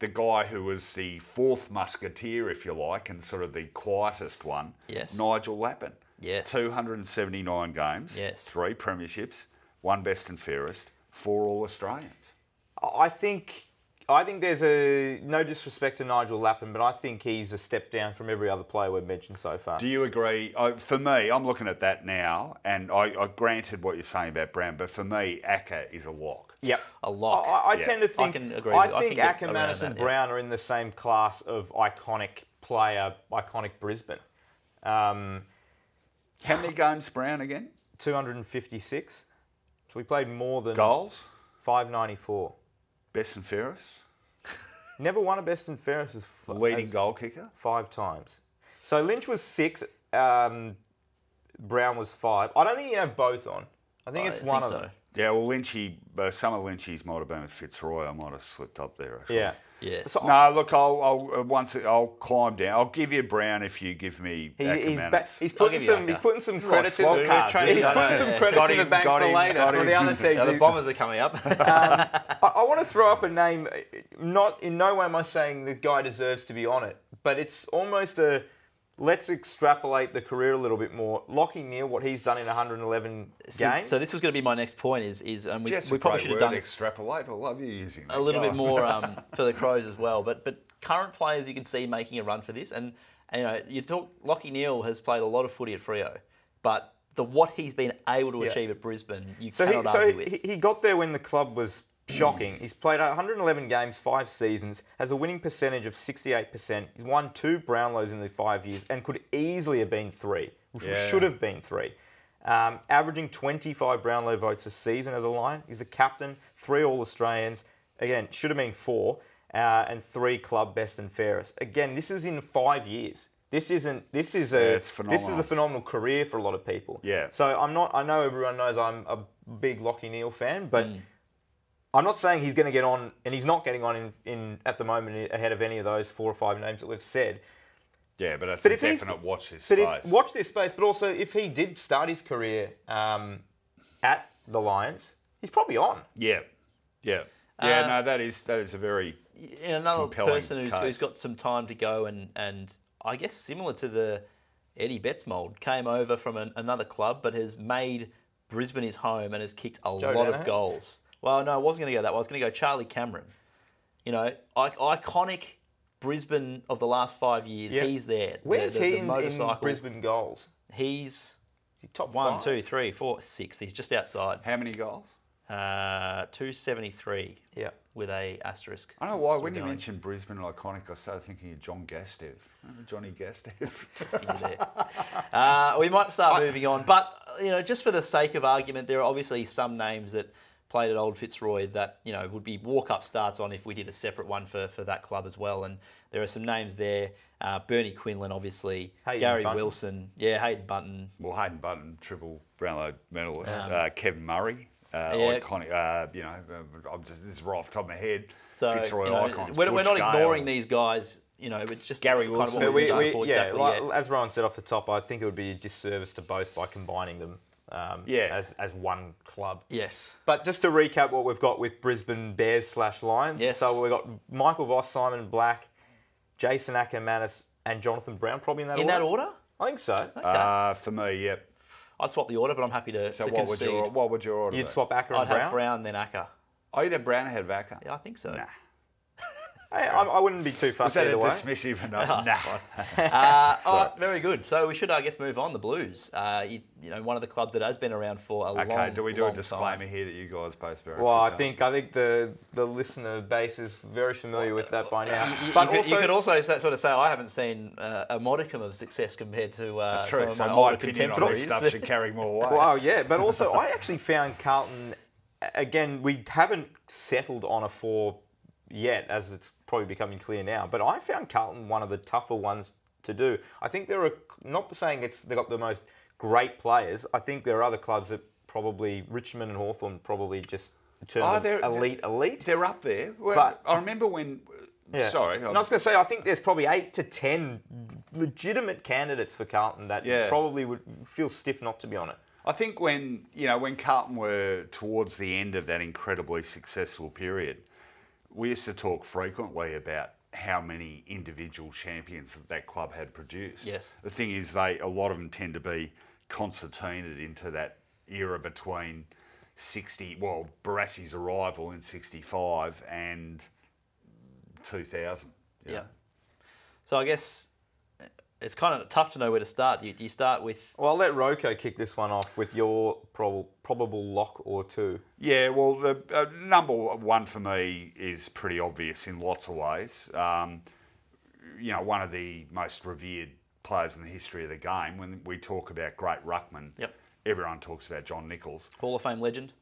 S5: the guy who was the fourth musketeer, if you like, and sort of the quietest one,
S3: Yes.
S5: Nigel Lappin.
S3: Yes.
S5: 279 games,
S3: Yes.
S5: three premierships, one best and fairest, four All Australians.
S4: I think I think there's a no disrespect to Nigel Lappin, but I think he's a step down from every other player we've mentioned so far.
S5: Do you agree? I, for me, I'm looking at that now, and I, I granted what you're saying about Brown, but for me, Acker is a lock.
S4: Yep.
S3: A lock.
S4: I, I
S5: Yeah.
S4: tend to
S5: I
S4: think. I,
S3: can agree with- I
S4: think
S3: can get
S4: Acker,
S3: around
S4: Madison,
S3: that, yeah.
S4: Brown are in the same class of iconic player, iconic Brisbane. Um,
S5: How many games Brown again?
S4: 256. So we played more than
S5: Goals,
S4: 594.
S5: best and fairest,
S4: Never won a best and fairest as f-
S5: leading
S4: as
S5: goal kicker.
S4: five times. So Lynch was six. Um, Brown was five. I don't think you can have both on. I think
S3: I
S4: it's
S3: think
S4: one of
S3: so.
S4: them.
S5: Yeah, well, Lynchy, uh, some of Lynchy's might have been with Fitzroy. I might have slipped up there. Actually.
S4: Yeah.
S3: Yes.
S5: No, look, I'll, I'll uh, once it- I'll climb down. I'll give you Brown if you give me.
S4: He, he's,
S5: Ackermanis.
S4: ba- he's putting
S3: give you
S4: some
S3: that,
S4: he's putting some
S5: like
S4: credits in
S5: slot
S4: the
S5: cards,
S4: tra-
S5: isn't
S4: he's
S5: it?
S4: putting some
S3: Yeah.
S4: credits
S5: Got
S4: in
S5: him,
S4: the bank
S5: got
S4: for
S5: him,
S4: later
S5: got
S4: for
S5: him.
S4: the other teams.
S3: Yeah, the
S4: who-
S3: bombers are coming up.
S4: (laughs) I, I want to throw up a name. Not in no way am I saying the guy deserves to be on it, but it's almost a let's extrapolate the career a little bit more. Lockie Neal, what he's done in 111
S3: So-
S4: games.
S3: So this was going to be my next point. Is is and we,
S5: Just
S3: we
S5: a
S3: probably
S5: great
S3: should have
S5: word,
S3: done this
S5: extrapolate. I love you using that.
S3: a little bit more um, (laughs) for the Crows as well. But but current players you can see making a run for this, and, and you know you talk. Lockie Neal has played a lot of footy at Frio, but the what he's been able to
S4: Yeah.
S3: achieve at Brisbane, you
S4: So
S3: cannot
S4: he, so
S3: argue with.
S4: he, he got there when the club was shocking. He's played 111 games, five seasons, has a winning percentage of 68%. He's won two Brownlows in the five years and could easily have been three.
S5: Yeah.
S4: Should have been three. Um, averaging 25 Brownlow votes a season as a Lion. He's the captain, three All Australians. Again, should have been four, uh, and three club best and fairest. Again, this is in five years. This isn't. This is
S5: Yeah,
S4: a.
S5: it's
S4: this is a
S5: phenomenal.
S4: phenomenal career for a lot of people.
S5: Yeah.
S4: So I'm not. I know everyone knows I'm a big Lockie Neal fan, but
S3: Mm.
S4: I'm not saying he's going to get on, and he's not getting on in, in at the moment ahead of any of those four or five names that we've said.
S5: Yeah, but that's
S4: But
S5: a
S4: if he's-
S5: definite watch this
S4: But
S5: space.
S4: if watch this space. But also, if he did start his career um, at the Lions, he's probably on.
S5: yeah, yeah, yeah. no, that is that is a very
S3: and another
S5: compelling
S3: person who's, who's
S5: case.
S3: got some time to go and and I guess similar to the Eddie Betts mold came over from an, another club but has made Brisbane his home and has kicked a lot
S4: Danaher?
S3: of goals. Well, no, I wasn't going to go that way. I was going to go Charlie Cameron. You know, I- iconic Brisbane of the last five years.
S4: Yeah.
S3: He's there. The-
S4: Where's
S3: the- the
S4: he in- in,
S3: motorcycle.
S4: Brisbane goals?
S3: He's
S4: Is he top
S3: one,
S4: five?
S3: two, three, four, sixth. He's just outside.
S5: how many goals?
S3: uh, 273
S4: Yeah.
S3: with a asterisk.
S5: I don't know why.
S3: Still
S5: When you
S3: going.
S5: mentioned Brisbane and iconic, I started thinking of John Gastev. Remember Johnny Gastev?
S3: Yeah, there. uh, we might start moving on, but you know, just for the sake of argument, there are obviously some names that played at Old Fitzroy that you know would be walk-up starts on if we did a separate one for, for that club as well. And there are some names there: uh, Bernie Quinlan, obviously,
S4: Hayden
S3: Gary
S4: Bunton.
S3: Wilson, yeah, Hayden Button,
S5: well, Hayden Button, triple Brownlow medalist. uh, Kevin Murray. Uh,
S3: Yeah.
S5: Iconic, uh, you know, uh, I'm just, this is right off the top of my head.
S3: So
S5: Fitzroy
S3: you know,
S5: icons.
S3: We're, we're
S5: Butch
S3: not
S5: Gale.
S3: ignoring these guys. You know, it's just Gary kind of
S4: But
S3: what
S4: we,
S3: we've done
S4: we-
S3: for
S4: yeah,
S3: exactly.
S4: like-
S3: yeah.
S4: as Rowan said off the top, I think it would be a disservice to both by combining them um,
S5: Yeah.
S4: as, as one club.
S3: Yes.
S4: But just to recap what we've got with Brisbane Bears slash Lions.
S3: Yes.
S4: So we've got Michael Voss, Simon Black, Jason Ackermanis, and Jonathan Brown, probably in that
S3: In
S4: order.
S3: that order,
S4: I think so.
S5: Uh, for me, yep.
S3: I'd swap the order, but I'm happy to,
S5: So
S3: to
S5: what would
S3: concede.
S5: your what would your order?
S4: You'd
S5: be?
S4: swap Acker
S3: I'd
S4: and Brown.
S3: have Brown then Acker.
S5: Oh, you'd have Brown ahead of Acker.
S3: Yeah, I think so.
S5: Nah.
S4: Hey, I, I wouldn't be too
S5: Was
S4: fussed
S5: that a
S4: either way.
S5: dismissive
S3: (laughs)
S5: enough? nah.
S3: All right, very good. So we should, I guess, move on. The Blues, uh, you, you know, one of the clubs that has been around for a long long
S5: Okay,
S3: time.
S5: do we do a disclaimer here that you guys both very
S4: Well, I think I think the the listener base is very familiar with that by now.
S3: You- you
S4: But
S3: could- you,
S4: also,
S3: could also sa- sort of say I haven't seen uh, a modicum of success compared to uh,
S5: That's true.
S3: some
S5: So
S3: of my,
S5: my
S3: older
S5: opinion on this
S3: contemporaries.
S5: stuff
S3: (laughs)
S5: should carry more weight.
S4: Well, oh, yeah, but also I actually found Carlton again. We haven't settled on a four yet, as it's probably becoming clear now. But I found Carlton one of the tougher ones to do. I think there are not saying it's they got the most great players. I think there are other clubs that probably Richmond and Hawthorn probably just in terms
S5: Oh,
S4: of
S5: they're-
S4: elite, elite.
S5: They're up there. Well,
S4: But-
S5: I remember when.
S4: Yeah.
S5: Sorry.
S4: And I was going to say, I think there's probably eight to ten legitimate candidates for Carlton that
S5: Yeah.
S4: probably would feel stiff not to be on it.
S5: I think when you know when Carlton were towards the end of that incredibly successful period, we used to talk frequently about how many individual champions that that club had produced.
S3: Yes.
S5: The thing is, they a lot of them tend to be concertinaed into that era between sixty, well, Barassi's arrival in sixty-five and two thousand.
S3: yeah. So I guess uh, it's kind of tough to know where to start. Do you, do you start with
S4: Well, I'll let Rocco kick this one off with your prob- probable lock or two.
S5: Yeah, well, the uh, number one for me is pretty obvious in lots of ways. Um, you know, one of the most revered players in the history of the game. When we talk about great ruckman,
S3: Yep.
S5: everyone talks about John Nichols.
S3: Hall of Fame legend?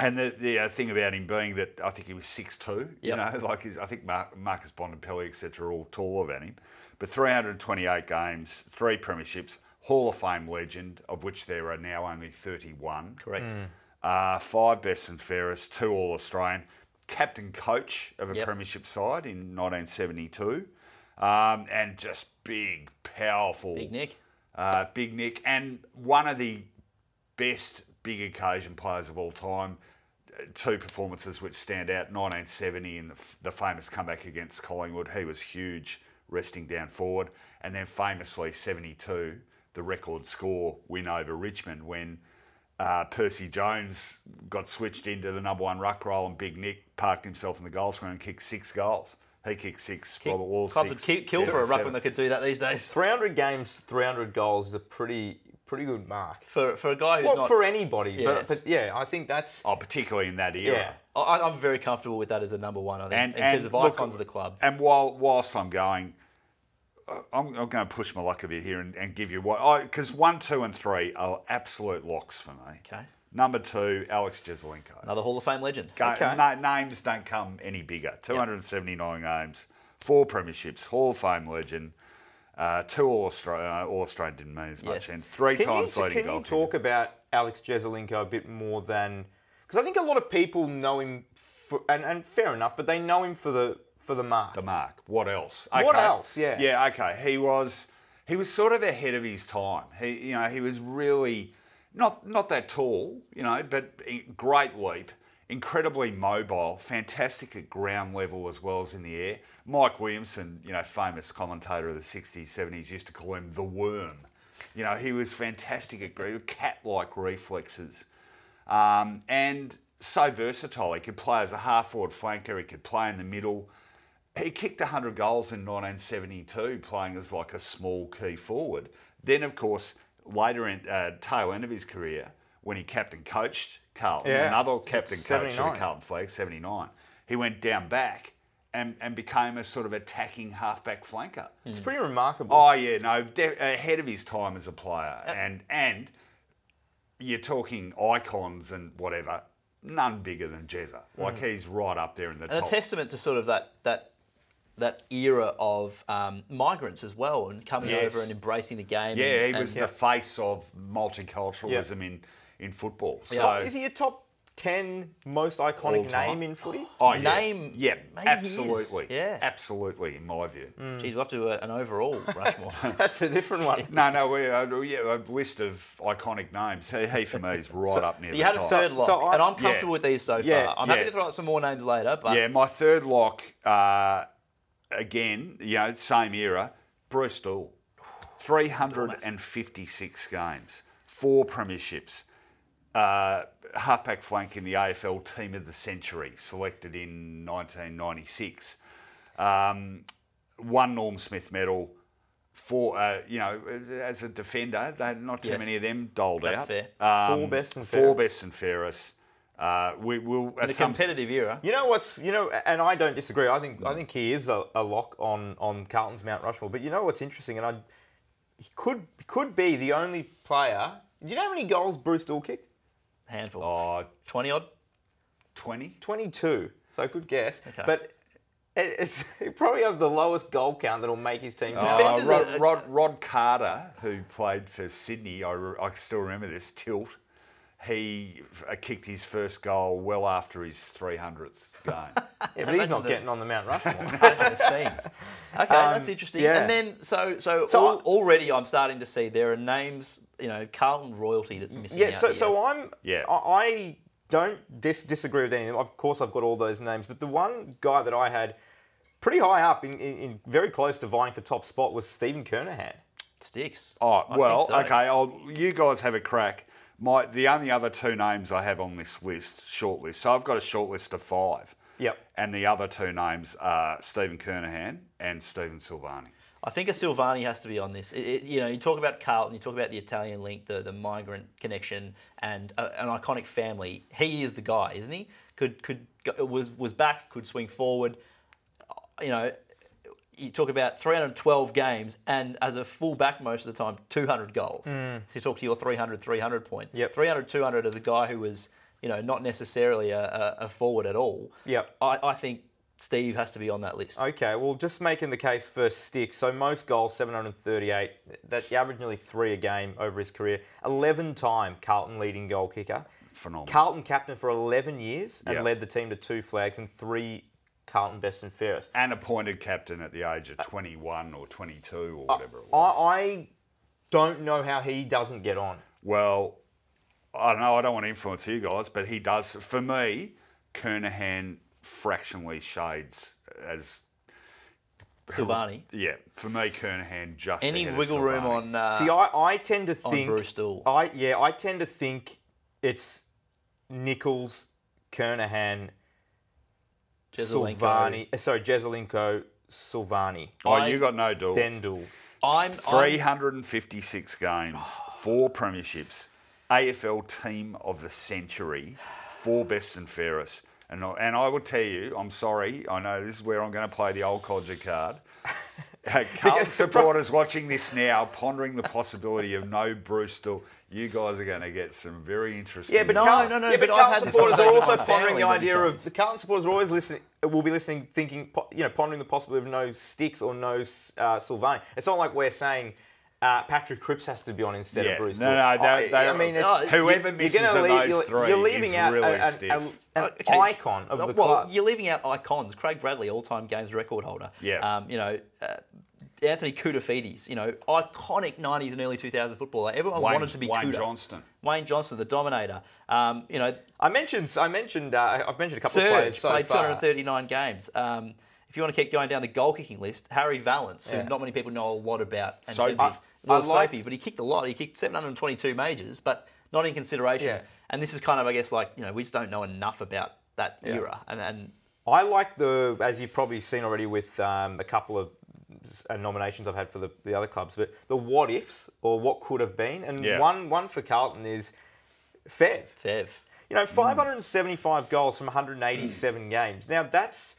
S5: And the, the uh, thing about him being that I think he was six two. You
S3: Yep.
S5: know, (laughs) like his, I think Mar- Marcus Bontempelli, etc., are all taller than him. But 328 games, three premierships, Hall of Fame legend, of which there are now only 31
S3: Correct.
S5: uh, five best and fairest, two All Australian, captain coach of a
S3: Yep.
S5: premiership side in 1972, um, and just big, powerful.
S3: Big Nick.
S5: Uh, big Nick, and one of the best big occasion players of all time. Uh, Two performances which stand out 1970 in the, f- the famous comeback against Collingwood. He was huge, resting down forward. And then famously, 72, the record score win over Richmond when uh, Percy Jones got switched into the number one ruck role and Big Nick parked himself in the goal square and kicked six goals. He kicked six,
S3: Kick-
S5: Robert Wall
S3: Clubs would
S5: six.
S3: ki- kill
S5: Jesse
S3: for a
S5: seven.
S3: ruckman that could do that these days.
S4: 300 games, 300 goals is a pretty pretty good mark.
S3: For, for a guy who's
S4: Well,
S3: not
S4: for anybody,
S3: Yes.
S4: but, but yeah, I think that's
S5: Oh, particularly in that era.
S4: yeah.
S3: I, I'm very comfortable with that as a number one. I think in terms of
S5: look,
S3: icons of the club.
S5: And while whilst I'm going, uh, I'm, I'm going to push my luck a bit here and, and give you what because one, two, and three are absolute locks for me.
S3: Okay.
S5: Number two, Alex Jezelenko.
S3: Another Hall of Fame legend.
S5: Go-
S4: Okay.
S5: na- names don't come any bigger. 279 games, four premierships, Hall of Fame legend, uh, two All Australian. Uh, All Australian didn't mean as much,
S3: Yes.
S5: and three
S4: Can you,
S5: times leading
S4: can you
S5: goalkeeper.
S4: talk about Alex Jezelenko a bit more than because I think a lot of people know him for, and, and fair enough, but they know him for the for the mark.
S5: the mark. What else?
S4: What else? Yeah.
S5: Yeah. Okay. He was he was sort of ahead of his time. He you know he was really not not that tall, you know, but i- great leap, incredibly mobile, fantastic at ground level as well as in the air. Mike Williamson, you know, famous commentator of the 60s, 70s, used to call him the worm. You know, he was fantastic at gr- cat-like reflexes um, and so versatile. He could play as a half forward flanker. He could play in the middle. He kicked 100 goals in 1972, playing as like a small key forward. Then, of course, later in uh, tail end of his career, when he captain coached Carlton,
S4: Yeah.
S5: another
S4: It's
S5: captain coach of
S4: 79.
S5: the Carlton flag, 79. He went down back and, and became a sort of attacking halfback flanker.
S4: It's pretty remarkable.
S5: Oh yeah, no, de- ahead of his time as a player,
S3: Uh,
S5: and and you're talking icons and whatever. None bigger than Jezza. Like he's right up there in the
S3: Hmm. and a
S5: top.
S3: testament to sort of that that that era of um, migrants as well, and coming
S5: Yes.
S3: over and embracing the game.
S5: yeah,
S3: and,
S5: he was
S3: and-
S5: the face of multiculturalism in, in football. So
S4: Is he a top 10 most
S5: All
S4: iconic
S5: time.
S4: name in footy?
S5: Oh, yeah.
S3: Name-
S5: Yeah,
S3: Mate, he is.
S5: absolutely.
S3: Yeah. Hmm.
S5: absolutely. In my view.
S3: Geez, we'll have to do a-
S5: (laughs)
S3: an overall Rushmore.
S4: (laughs) That's a different one.
S5: No, no, we, uh, yeah, a list of iconic names. (laughs) He, he for me is right up near
S3: you
S5: the
S3: had a
S5: top.
S3: third lock,
S4: so I-
S3: and I'm comfortable
S5: Yeah.
S3: with these so
S4: Yeah,
S3: far. I'm
S5: yeah.
S3: happy to throw out some more names later, but
S5: yeah, my third lock, uh, again, you know, same era, Bruce Dool. 356 games, four premierships, uh, halfback flank in the AFL Team of the Century, selected in 1996. Um, one Norm Smith medal, four, uh, you know, as, as a defender, they, not too
S3: Yes.
S5: many of them doled out. Um,
S3: That's fair.
S4: Four best and
S5: Four
S4: fairest.
S5: best and fairest. Uh, we will
S3: in a competitive era.
S4: You know what's you know, and I don't disagree. I think I think he is a, a lock on on Carlton's Mount Rushmore. But you know what's interesting, and I he could could be the only player. Do you know how many goals Bruce Dool kicked?
S3: Handful.
S5: Oh,
S3: 20
S5: (laughs)
S3: odd.
S5: 20?
S4: Twenty-two. So good guess.
S3: Okay.
S4: But it, it's (laughs) he probably have the lowest goal count that'll make his team.
S3: Oh.
S5: Uh,
S3: Defenders
S5: Rod,
S3: are-
S5: Rod, Rod Carter, who played for Sydney, I, re- I still remember this tilt. He uh, kicked his first goal well after his 300th game.
S4: Yeah, but he's
S3: Imagine
S4: not
S3: the-
S4: getting on the Mount Rushmore.
S3: behind the scenes. Okay,
S5: Um,
S3: that's interesting.
S4: yeah.
S3: And then, so so,
S4: So
S3: al-
S4: I-
S3: already I'm starting to see there are names, you know, Carlton royalty that's missing.
S4: Yeah,
S3: out
S4: so,
S3: here.
S4: so I'm.
S5: Yeah.
S4: I, I don't dis- disagree with any of them. Of course, I've got all those names, but the one guy that I had pretty high up, in, in, in very close to vying for top spot, was Stephen Kernahan.
S3: sticks.
S5: Oh,
S3: I
S5: well,
S3: think so.
S5: okay. I'll, you guys have a crack. My the only other two names I have on this list, short list. So I've got a short list of five.
S4: Yep.
S5: And the other two names are Stephen Kernahan and Stephen Silvani.
S3: I think a Silvani has to be on this. It- it- you know, you talk about Carlton, you talk about the Italian link, the, the migrant connection, and a, an iconic family. He is the guy, isn't he? Could could go- was was back, could swing forward. You know, you talk about 312 games, and as a fullback most of the time, 200 goals. So you talk to your 300 300 point.
S4: Hmm. Yep.
S3: 300 200 as a guy who was you know not necessarily a, a, a forward at all.
S4: Yep.
S3: I, I think Steve has to be on that list.
S4: Okay, well, just making the case for Stick. So most goals, 738. That he averaged nearly three a game over his career. 11-time Carlton leading goal kicker.
S5: Phenomenal.
S4: Carlton captain for 11 years and
S5: Yeah.
S4: led the team to two flags and three Carlton best and fairest.
S5: And appointed captain at the age of 21 or 22 or whatever it was.
S4: I, I don't know how he doesn't get on.
S5: Well, I don't know. I don't want to influence you guys, but he does. For me, Kernahan fractionally shades as
S3: Silvani.
S5: yeah. For me, Kernahan just
S3: Any
S5: ahead of
S3: wiggle room
S5: Silvani.
S3: on uh,
S4: See, I, I tend to
S3: on
S4: think
S3: Bruce Dool.
S4: I yeah, I tend to think it's Nichols, Kernahan,
S3: Jezelenko.
S4: Silvani. uh, Sorry, Jezelenko, Silvani,
S5: Oh,
S3: I-
S5: you got no duel.
S4: Dendul.
S3: I'm, I'm
S5: 356 games, four premierships, AFL team of the century, four best and fairest. And I, and I will tell you, I'm sorry, I know this is where I'm going to play the old codger
S4: (laughs)
S5: card. Uh, Carlton supporters watching this now, pondering the possibility of no Brewster, you guys are going to get some very interesting.
S4: Yeah, but
S3: No,
S4: Carlton,
S3: no, no,
S4: Yeah, but,
S3: but I've had
S4: Carlton
S3: this
S4: supporters are
S3: conversation with
S4: also
S3: my
S4: pondering
S3: family
S4: the
S3: many
S4: idea of
S3: times.
S4: the Carlton supporters are always listening. Will be listening, thinking, po- you know, pondering the possibility of no sticks or no uh, Silvani. It's not like we're saying. Uh, Patrick Cripps has to be on instead
S5: Yeah,
S4: of Bruce.
S5: no,
S4: Dool.
S5: no,
S4: I-
S5: they-
S4: I,
S5: they-
S4: mean, it's,
S3: oh,
S5: whoever
S4: you're
S5: misses
S4: gonna
S5: of
S4: leave-
S5: those
S4: you're,
S5: three
S4: you're leaving
S5: is
S4: out
S5: really
S4: an, an-
S5: stiff.
S4: an- an
S3: okay, s-
S4: icon of the
S3: well,
S4: club.
S3: you're leaving out icons. Craig Bradley, all-time games record holder.
S5: Yeah.
S3: Um, you know, uh, Anthony Koutafidis. You know, iconic '90s and early 2000 footballer. Everyone
S5: Wayne-
S3: wanted to be
S5: Wayne
S3: Kuda.
S5: Johnston.
S3: Wayne Johnston, the Dominator. Um, you know,
S4: I mentioned, I mentioned, uh, I've mentioned a couple of
S3: Serge
S4: players so
S3: played
S4: far.
S3: 239 games. Um, if you want to keep going down the goal kicking list, Harry Valence, who not many people know a lot about, and
S5: Soapy.
S3: terms of-
S4: I- I
S3: well,
S4: like-
S3: soapy, but he kicked a lot. He kicked 722 majors, but not in consideration.
S4: Yeah.
S3: And this is kind of, I guess, like you know, we just don't know enough about that era. And, and
S4: I like the, as you've probably seen already with um, a couple of uh, nominations I've had for the, the other clubs, but the what ifs or what could have been, and
S5: Yeah.
S4: one one for Carlton is Fev.
S3: Fev. (laughs)
S5: Hmm.
S4: You know, 575 goals from 187 (clears throat) games. Now, that's.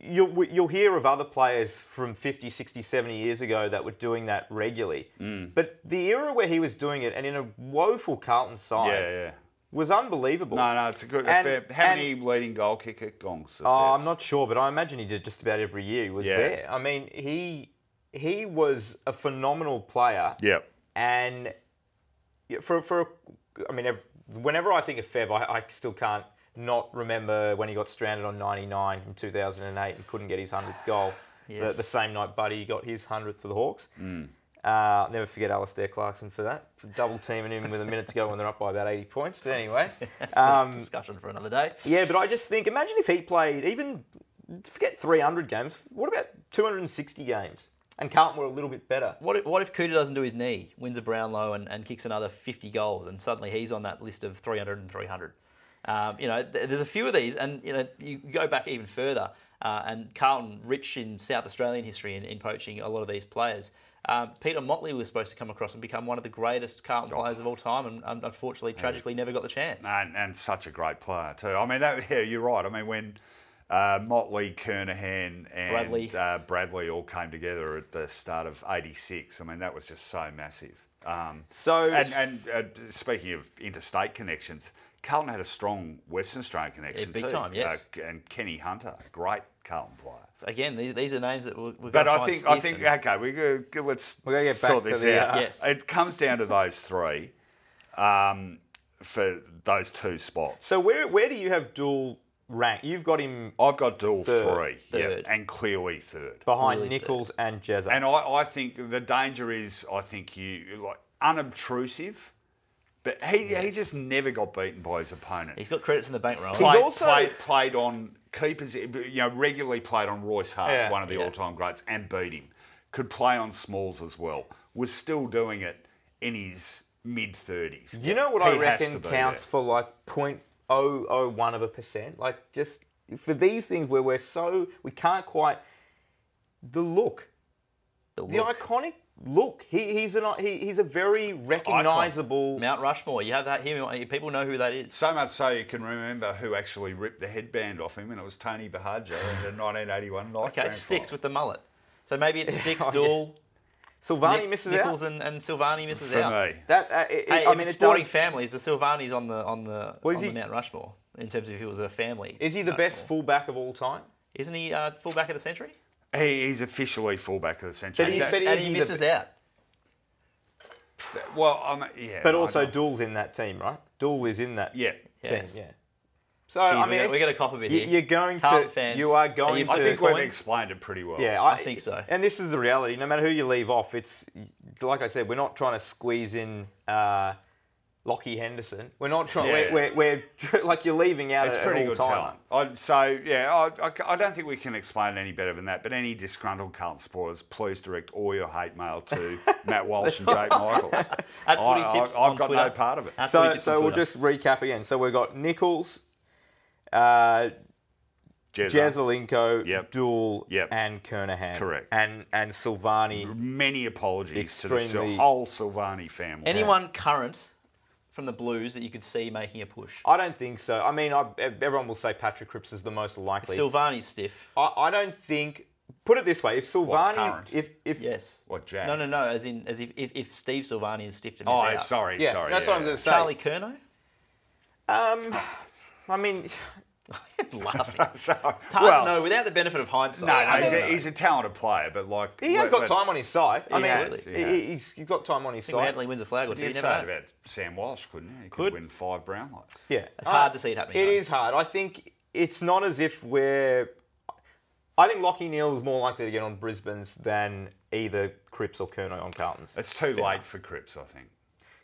S4: You'll, you'll hear of other players from 50, 60, 70 years ago that were doing that regularly.
S5: Hmm.
S4: But the era where he was doing it, and in a woeful Carlton side,
S5: Yeah, yeah.
S4: was unbelievable.
S5: No, no, it's a good.
S4: And-
S5: fair, how
S4: and-
S5: many leading goal kicker gongs? is
S4: Oh,
S5: there?
S4: I'm not sure, but I imagine he did just about every year he was
S5: Yeah.
S4: there. I mean, he he was a phenomenal player.
S5: Yep.
S4: And yeah, for for I mean, ev- whenever I think of Feb, I, I still can't not remember when he got stranded on 99 in 2008 and couldn't get his hundredth goal.
S3: Yes.
S4: The, the same night, Buddy got his hundredth for the Hawks. Uh, I'll never forget Alistair Clarkson for that, for double teaming him with a minute to go when they're up by about 80 points. But anyway, Um,
S3: Discussion for another day.
S4: yeah, but I just think imagine if he played even forget 300 games. What about 260 games? And Carlton were a little bit better.
S3: What if, what if Cooter doesn't do his knee, wins a Brownlow, and, and kicks another 50 goals, and suddenly he's on that list of 300 and 300? Um, you know, th- there's a few of these, and you know, you go back even further, uh, and Carlton, rich in South Australian history in, in poaching a lot of these players. Um, Peter Motley was supposed to come across and become one of the greatest Carlton players of all time, and um, unfortunately, tragically, never got the chance.
S5: and, and such a great player too. I mean, that, yeah, you're right. I mean, when uh, Motley, Kernahan, and
S3: Bradley.
S5: Uh, Bradley all came together at the start of '86, I mean, that was just so massive. Um,
S4: So-
S5: and, and uh, speaking of interstate connections, Carlton had a strong Western Australian connection
S3: big
S5: too.
S3: time, yes.
S5: Uh, and Kenny Hunter, a great Carlton player.
S3: Again, these, these are names that we're, we're
S5: But
S3: gonna
S5: I
S3: find
S5: think I
S3: stiff
S5: think
S3: and-
S5: okay, we go, go- let's
S4: We're gonna get back
S5: sort
S4: to
S5: this
S4: the,
S5: out.
S4: uh,
S3: Yes.
S5: It comes down to those three, um, for those two spots.
S4: So where where do you have dual rank? You've got him
S5: I've got dual
S4: Third.
S5: three, yeah,
S3: Third.
S5: and clearly third.
S4: behind
S3: Really
S4: Nichols and Jezza.
S5: And I, I think the danger is, I think you like unobtrusive, but he he just never got beaten by his opponent.
S3: he's got credits in the bankroll.
S4: He's
S5: played,
S4: also-
S5: played, played on keepers, you know, regularly played on Royce Hart,
S4: Yeah.
S5: one of the all-time greats, and beat him. Could play on Smalls as well. Was still doing it in his mid thirties.
S4: you know what I reckon counts for like 0.001 of a percent. Like just for these things where we're so we can't quite the look,
S3: The
S4: the
S3: look.
S4: iconic look. He, he's an i- he, he's a very
S3: Icon.
S4: recognisable.
S3: Mount Rushmore. You have that here. People know who that is.
S5: So much so you can remember who actually ripped the headband off him, and it was Tony Bahajo in the 1981 Nike
S3: Okay,
S5: Grand
S3: sticks
S5: Final.
S3: with the mullet. So maybe
S4: (laughs)
S3: it's sticks,
S4: Oh, yeah.
S3: Duel,
S4: Silvani
S3: Nic-
S4: misses
S3: Nichols
S4: out.
S3: and, and Silvani misses
S5: for
S3: out.
S5: me.
S4: That uh, it,
S3: Hey,
S4: I
S3: if
S4: mean
S3: it's
S4: it
S3: sporting
S4: does.
S3: families, the Silvani's on the on the
S4: Well, is
S3: on
S4: he-
S3: the Mount Rushmore in terms of if he was a family.
S4: Is he the best
S3: Rushmore.
S4: fullback of all time?
S3: Isn't he uh, fullback of the century?
S5: He, he's officially fullback of the century.
S4: But he's-
S5: That-
S4: but
S3: and
S4: is
S3: he
S4: he the
S3: misses
S4: be-
S3: out.
S5: that- well, I'm, yeah.
S4: But
S5: I
S4: also,
S5: don't-
S4: Dool's in that team, right? Dool is in that
S5: yeah.
S4: team.
S3: Yes.
S4: Yeah. So
S3: Geez,
S4: I
S3: we're,
S4: mean,
S3: gonna, we're gonna cop a bit
S4: you-
S3: here.
S4: you're going to-
S3: Carlton fans,
S4: you are
S3: you
S4: going
S5: I
S4: to-
S5: think
S3: coins?
S5: we've explained it pretty well.
S4: yeah,
S3: I think so.
S4: And this is the reality. No matter who you leave off, it's like I said, we're not trying to squeeze in. Uh, Lockie Henderson. We're not trying.
S5: Yeah.
S4: We're, we're, we're (laughs) like you're leaving out
S5: It's
S4: an
S5: pretty good
S4: all-timer.
S5: talent. I, so yeah, I, I, I don't think we can explain it any better than that. But any disgruntled Carlton supporters, please direct all your hate mail
S4: (laughs)
S5: to Matt Walsh and Jake Michaels. I,
S3: At footy tips
S5: I, I've
S3: on
S5: got
S3: Twitter.
S5: no part of it.
S3: At footy
S4: So,
S3: tips
S4: so
S3: on
S4: we'll
S3: Twitter.
S4: just recap again. So we've got Nichols, uh,
S5: Jezza.
S4: Jezelenko,
S5: Yep.
S4: Dool,
S5: Yep.
S4: and Kernahan.
S5: Correct.
S4: And and Silvani.
S5: Many apologies to the
S4: Extremely-
S5: Sil- whole Silvani family.
S3: Anyone current from the Blues that you could see making a push?
S4: I don't think so. I mean, I, everyone will say Patrick Cripps is the most likely.
S3: Silvani's stiff.
S4: I, I don't think. Put it this way: if Silvani,
S5: current?
S4: if if
S3: Yes.
S5: What, Jack?
S3: No, no, no. As in, as if if, if Steve Silvani is stiff to miss
S5: Oh,
S3: out.
S5: sorry,
S4: yeah,
S5: sorry.
S4: that's what I'm going to say.
S3: Charlie Kerno? (laughs)
S4: Um, I mean,
S5: (laughs)
S3: Laughing. It's
S5: sorry.
S3: hard to know without the benefit of hindsight.
S5: No,
S3: I
S5: no, he's
S3: never
S5: a,
S3: know.
S5: he's a talented player, but like
S4: he has
S5: let-
S4: got
S5: let's-
S4: time on his side. I
S5: He
S4: mean,
S5: has,
S4: he
S5: he has.
S4: he's, he's got time on his
S3: I think
S4: side.
S3: Manly wins a flag or two.
S5: You
S3: You
S5: did
S3: never
S5: say it
S3: know.
S5: about Sam Walsh, couldn't you? He could,
S3: Could.
S5: win five Brownlows.
S4: Yeah, it's
S3: hard to see it happening,
S4: It
S3: though.
S4: is hard. I think it's not as if we're. I think Lockie Neal is more likely to get on Brisbane's than either Cripps or Kerno on Carlton's.
S5: It's too late for Cripps, I think.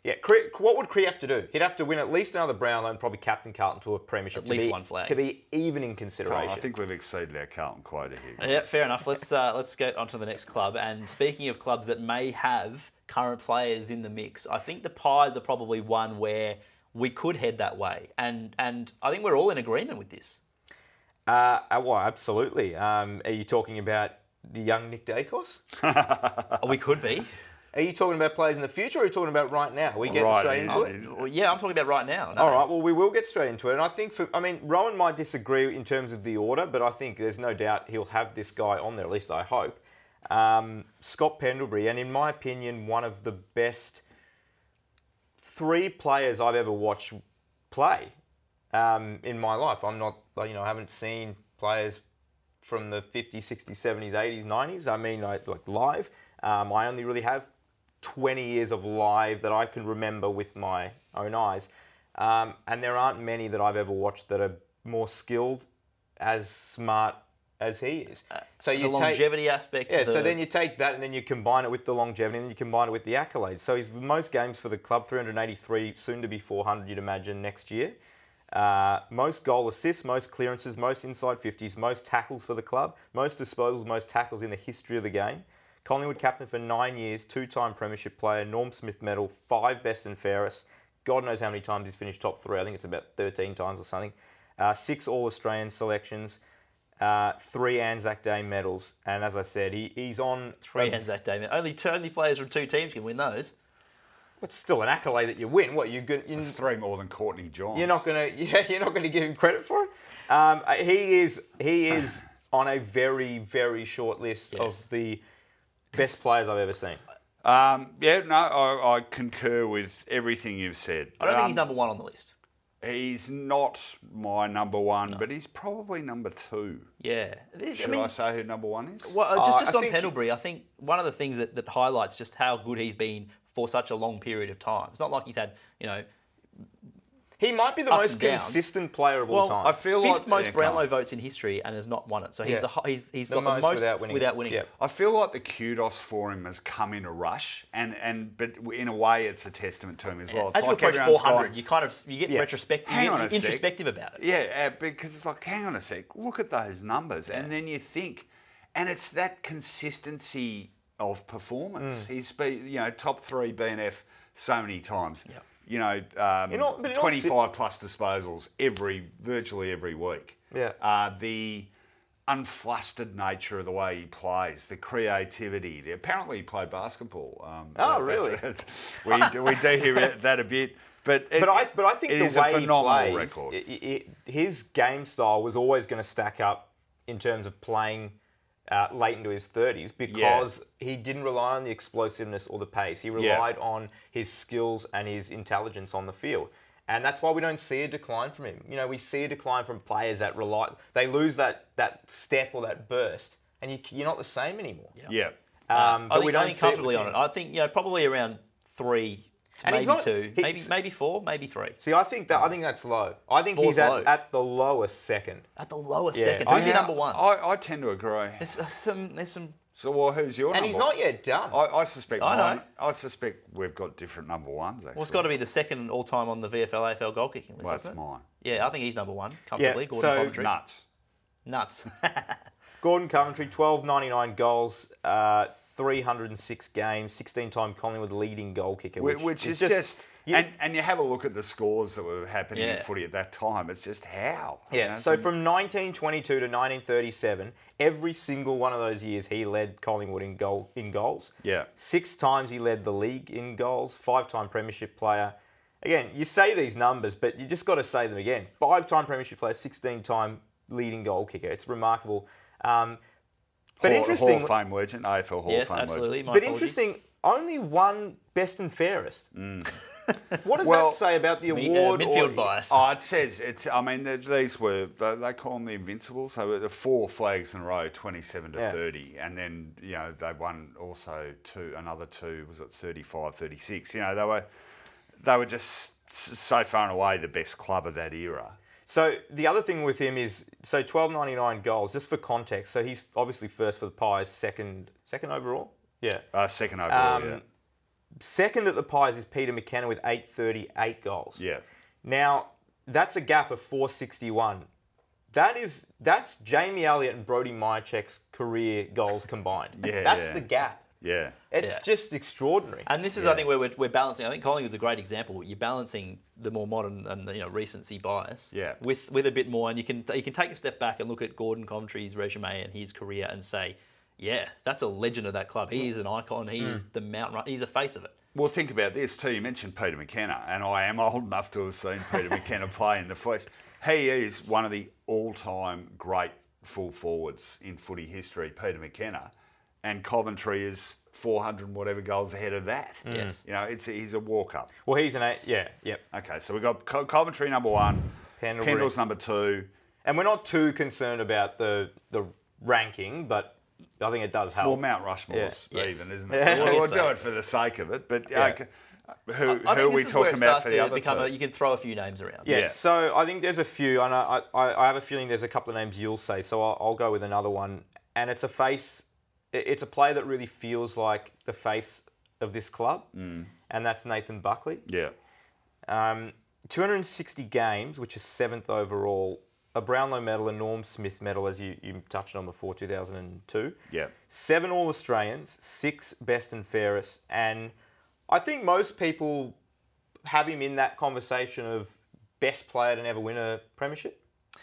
S4: Yeah, Cre- what would Cree have to do? He'd have to win at least another Brownlow and probably captain Carlton to a premiership.
S3: At
S4: to
S3: least
S4: be-
S3: one flag.
S4: To be even in
S5: Carlton,
S4: consideration.
S5: I think we've exceeded our Carlton quota here.
S3: Yeah, fair enough. Let's uh, let's get on to the next club. And speaking of clubs that may have current players in the mix, I think the Pies are probably one where we could head that way. And and I think we're all in agreement with this.
S4: Uh, uh, well, absolutely. Um, are you talking about the young Nick Dacos?
S5: (laughs)
S3: Oh, we could be.
S4: Are you talking about players in the future or are you talking about right now? We get
S5: Right,
S4: straight
S5: it
S4: into
S5: is.
S4: it.
S3: Well, yeah, I'm talking about right now. no.
S4: All right, well, we will get straight into it. And I think, for, I mean, Rowan might disagree in terms of the order, but I think there's no doubt he'll have this guy on there, at least I hope. Um, Scott Pendlebury, and in my opinion, one of the best three players I've ever watched play um, in my life. I'm not, like, you know, I haven't seen players from the 50s, 60s, 70s, 80s, 90s. I mean, I, like live. Um, I only really have 20 years of live that I can remember with my own eyes. Um, and there aren't many that I've ever watched that are more skilled, as smart as he is. So
S3: Uh, the longevity aspect.
S4: Yeah,
S3: of the,
S4: so then you take that and then you combine it with the longevity and then you combine it with the accolades. So he's the most games for the club, 383, soon to be 400, you'd imagine, next year. Uh, most goal assists, most clearances, most inside 50s, most tackles for the club, most disposals, most tackles in the history of the game. Collingwood captain for nine years, two time Premiership player, Norm Smith medal, five best and fairest. God knows how many times he's finished top three. I think it's about 13 times or something. Uh, six All Australian selections, uh, three Anzac Day medals. And as I said, he, he's on.
S3: three hands that day. man. Only two only players from two teams can win those.
S4: It's still an accolade that you win. What, you, go- you,
S5: It's three more than Courtney Johns.
S4: You're not gonna, (laughs) yeah, you're not gonna give him credit for it. Um, uh, he is, he
S3: (laughs)
S4: is on a very, very short list
S3: Yes.
S4: of the best players I've ever seen.
S5: Um, yeah, no, I, I concur with everything you've said.
S3: I don't think he's
S5: Um,
S3: number one on the list.
S5: He's not my number one, but he's probably number two.
S3: Yeah. This-
S5: Should I, say who number one is?
S3: Well, uh, just,
S4: Uh,
S3: just
S4: I
S3: on
S4: think-
S3: Pendlebury, I think one of the things that, that highlights just how good he's been for such a long period of time. It's not like he's had, you know,
S4: He might be the
S3: Ups
S4: most
S3: and downs.
S4: consistent player of all
S3: well,
S4: time.
S5: I feel
S3: fifth
S5: like-
S3: most
S5: yeah,
S3: Brownlow
S5: come on.
S3: votes in history and has not won it. So he's
S4: Yeah.
S3: the hi- he's, he's
S4: The
S3: got
S4: most
S3: the most
S4: without winning it.
S3: without winning
S4: Yeah.
S3: it.
S5: I feel like the kudos for him has come in a rush, and, and but in a way, it's a testament to him as well. It's
S3: As you
S5: like
S3: approach
S5: everyone's
S3: 400,
S5: gone-
S3: you kind of you get
S4: Yeah.
S3: retrospective,
S5: Hang on a sec.
S3: introspective about it.
S5: Yeah, uh, because it's like, hang on a sec, look at those numbers. And then you think, and it's that consistency of
S4: Mm.
S5: performance. He's been, you know, top three BNF so many times.
S3: Yep.
S5: You know, um,
S4: In all- but in all se-
S5: 25 plus disposals every, virtually every week.
S4: Yeah.
S5: Uh, the unflustered nature of the way he plays, the creativity. The, apparently, he played basketball. Um,
S4: Oh,
S5: that's-
S4: really?
S5: that's- (laughs) we, do- we do
S4: (laughs)
S5: hear that a bit. But, it-
S4: but I, but I think
S5: it
S4: the
S5: is
S4: way
S5: a phenomenal
S4: he plays,
S5: record.
S4: i- i- i- his game style was always going to stack up in terms of playing uh, late into his 30s because he didn't rely on the explosiveness or the pace. He relied on his skills and his intelligence on the field. And that's why we don't see a decline from him. You know, we see a decline from players that rely, they lose that, that step or that burst, and you, you're not the same anymore.
S5: yeah. Uh,
S4: Um,
S3: I think, I think
S4: see it with
S3: comfortably on
S4: him.
S3: it. I think you know probably around three, to
S4: And
S3: maybe
S4: he's not-
S3: two,
S4: he-
S3: maybe maybe four, maybe three.
S4: See, I think that I think that's low. I think
S3: Four's
S4: he's
S3: low.
S4: at, at the lowest second.
S3: At the lowest
S4: Yeah.
S3: second,
S4: I
S3: who's your
S5: Yeah,
S3: number one?
S5: I, I tend to agree.
S3: there's uh, some there's some
S5: So, well, who's your
S4: And
S5: number?
S4: he's not yet done.
S5: I, I suspect.
S3: I know.
S5: mine- I suspect we've got different number ones. Actually.
S3: Well, it's got to be the second all time on the VFL AFL goal kicking list.
S5: Well,
S3: isn't
S5: that's
S3: it?
S5: mine.
S3: Yeah, I think he's number one comfortably.
S4: Yeah,
S3: Gordon
S4: so-
S3: Coventry.
S5: nuts.
S3: Nuts. (laughs)
S4: Gordon Coventry, 12.99 goals, uh, 306 games, 16-time Collingwood leading goal kicker,
S5: Which,
S4: which,
S5: which is just,
S4: you-
S5: and, and you have a look at the scores that were happening
S3: Yeah.
S5: in footy at that time. It's just how. you
S4: yeah.
S5: know,
S4: So
S5: it's-
S4: from 1922 to 1937, every single one of those years he led Collingwood in goal in goals.
S5: Yeah.
S4: Six times he led the league in goals. Five-time Premiership player. Again, you say these numbers, but you just got to say them again. Five-time Premiership player, 16-time leading goal kicker. It's remarkable. Um, but
S5: Hall,
S4: interesting.
S5: Hall of Fame legend, AFL Hall
S3: yes,
S5: of Fame
S3: absolutely.
S5: legend.
S3: My
S4: But
S3: apologies. Mm.
S4: interesting, only one best and fairest. (laughs) what does
S5: Well,
S4: that say about the
S3: Me- uh,
S4: award?
S3: midfield
S4: or-
S3: bias.
S5: Oh, it says it's. I mean, th- these were they, they call them the Invincibles. So were the four flags in a row, twenty-seven to
S4: Yeah.
S5: thirty, and then you know they won also two, another two. Was it 35, 36? You know they were they were just s- so far and away the best club of that era.
S4: So the other thing with him is so twelve ninety nine goals. Just for context, so he's obviously first for the Pies, second second overall. Yeah,
S5: Uh, second overall,
S4: Um, second at the Pies is Peter McKenna with eight thirty eight goals.
S5: yeah, yeah.
S4: Now that's a gap of four sixty one. That is that's Jamie Elliott and Brody Mychek's career goals combined.
S5: (laughs) Yeah,
S4: that's
S5: yeah.
S4: the gap.
S5: Yeah.
S4: It's
S3: Yeah.
S4: just extraordinary.
S3: And this is, I think, where we're, we're balancing. I think Collingwood's a great example. You're balancing the more modern and the, you know recency bias
S5: Yeah.
S3: with with a bit more, and you can you can take a step back and look at Gordon Comtree's resume and his career and say, Yeah, that's a legend of that club. He is an icon. He
S5: Mm.
S3: is the Mount. Run- he's a face of it.
S5: Well, think about this too. You mentioned Peter McKenna, and I am old enough to have seen Peter McKenna play in the flesh. He is one of the all-time great full forwards in footy history, Peter McKenna, and Coventry is 400 and whatever goals ahead of that.
S3: Mm. Yes.
S5: you know, it's he's a walk-up.
S4: Well, he's an eight. Yeah, yep.
S5: Okay, so we've got Co- Coventry number one,
S4: Pendlebury.
S5: Pendle's number two.
S4: And we're not too concerned about the the ranking, but I think it does help.
S5: Well, Mount Rushmore's
S3: Yeah. Yes.
S5: even, isn't
S4: Yeah.
S3: (laughs)
S5: it? We'll, we'll
S3: Yes,
S5: do
S3: sir.
S5: it for the sake of it, but
S4: Yeah.
S5: uh, who, who
S3: I
S5: are
S3: think
S5: we
S3: this is
S5: talking
S3: where
S5: about
S3: it starts
S5: for the
S3: to
S5: other
S3: become
S5: two?
S3: a, You can throw a few names around.
S4: Yeah,
S5: Yeah.
S4: so I think there's a few, and I, I, I have a feeling there's a couple of names you'll say, so I'll, I'll go with another one. And it's a face, it- it's a player that really feels like the face of this club, and that's Nathan Buckley.
S5: Mm. Yeah.
S4: Um, 260 games, which is seventh overall, a Brownlow medal, a Norm Smith medal, as you, you touched on before, 2002.
S5: Yeah.
S4: Seven All Australians, six best and fairest, and I think most people have him in that conversation of best player to never win a premiership.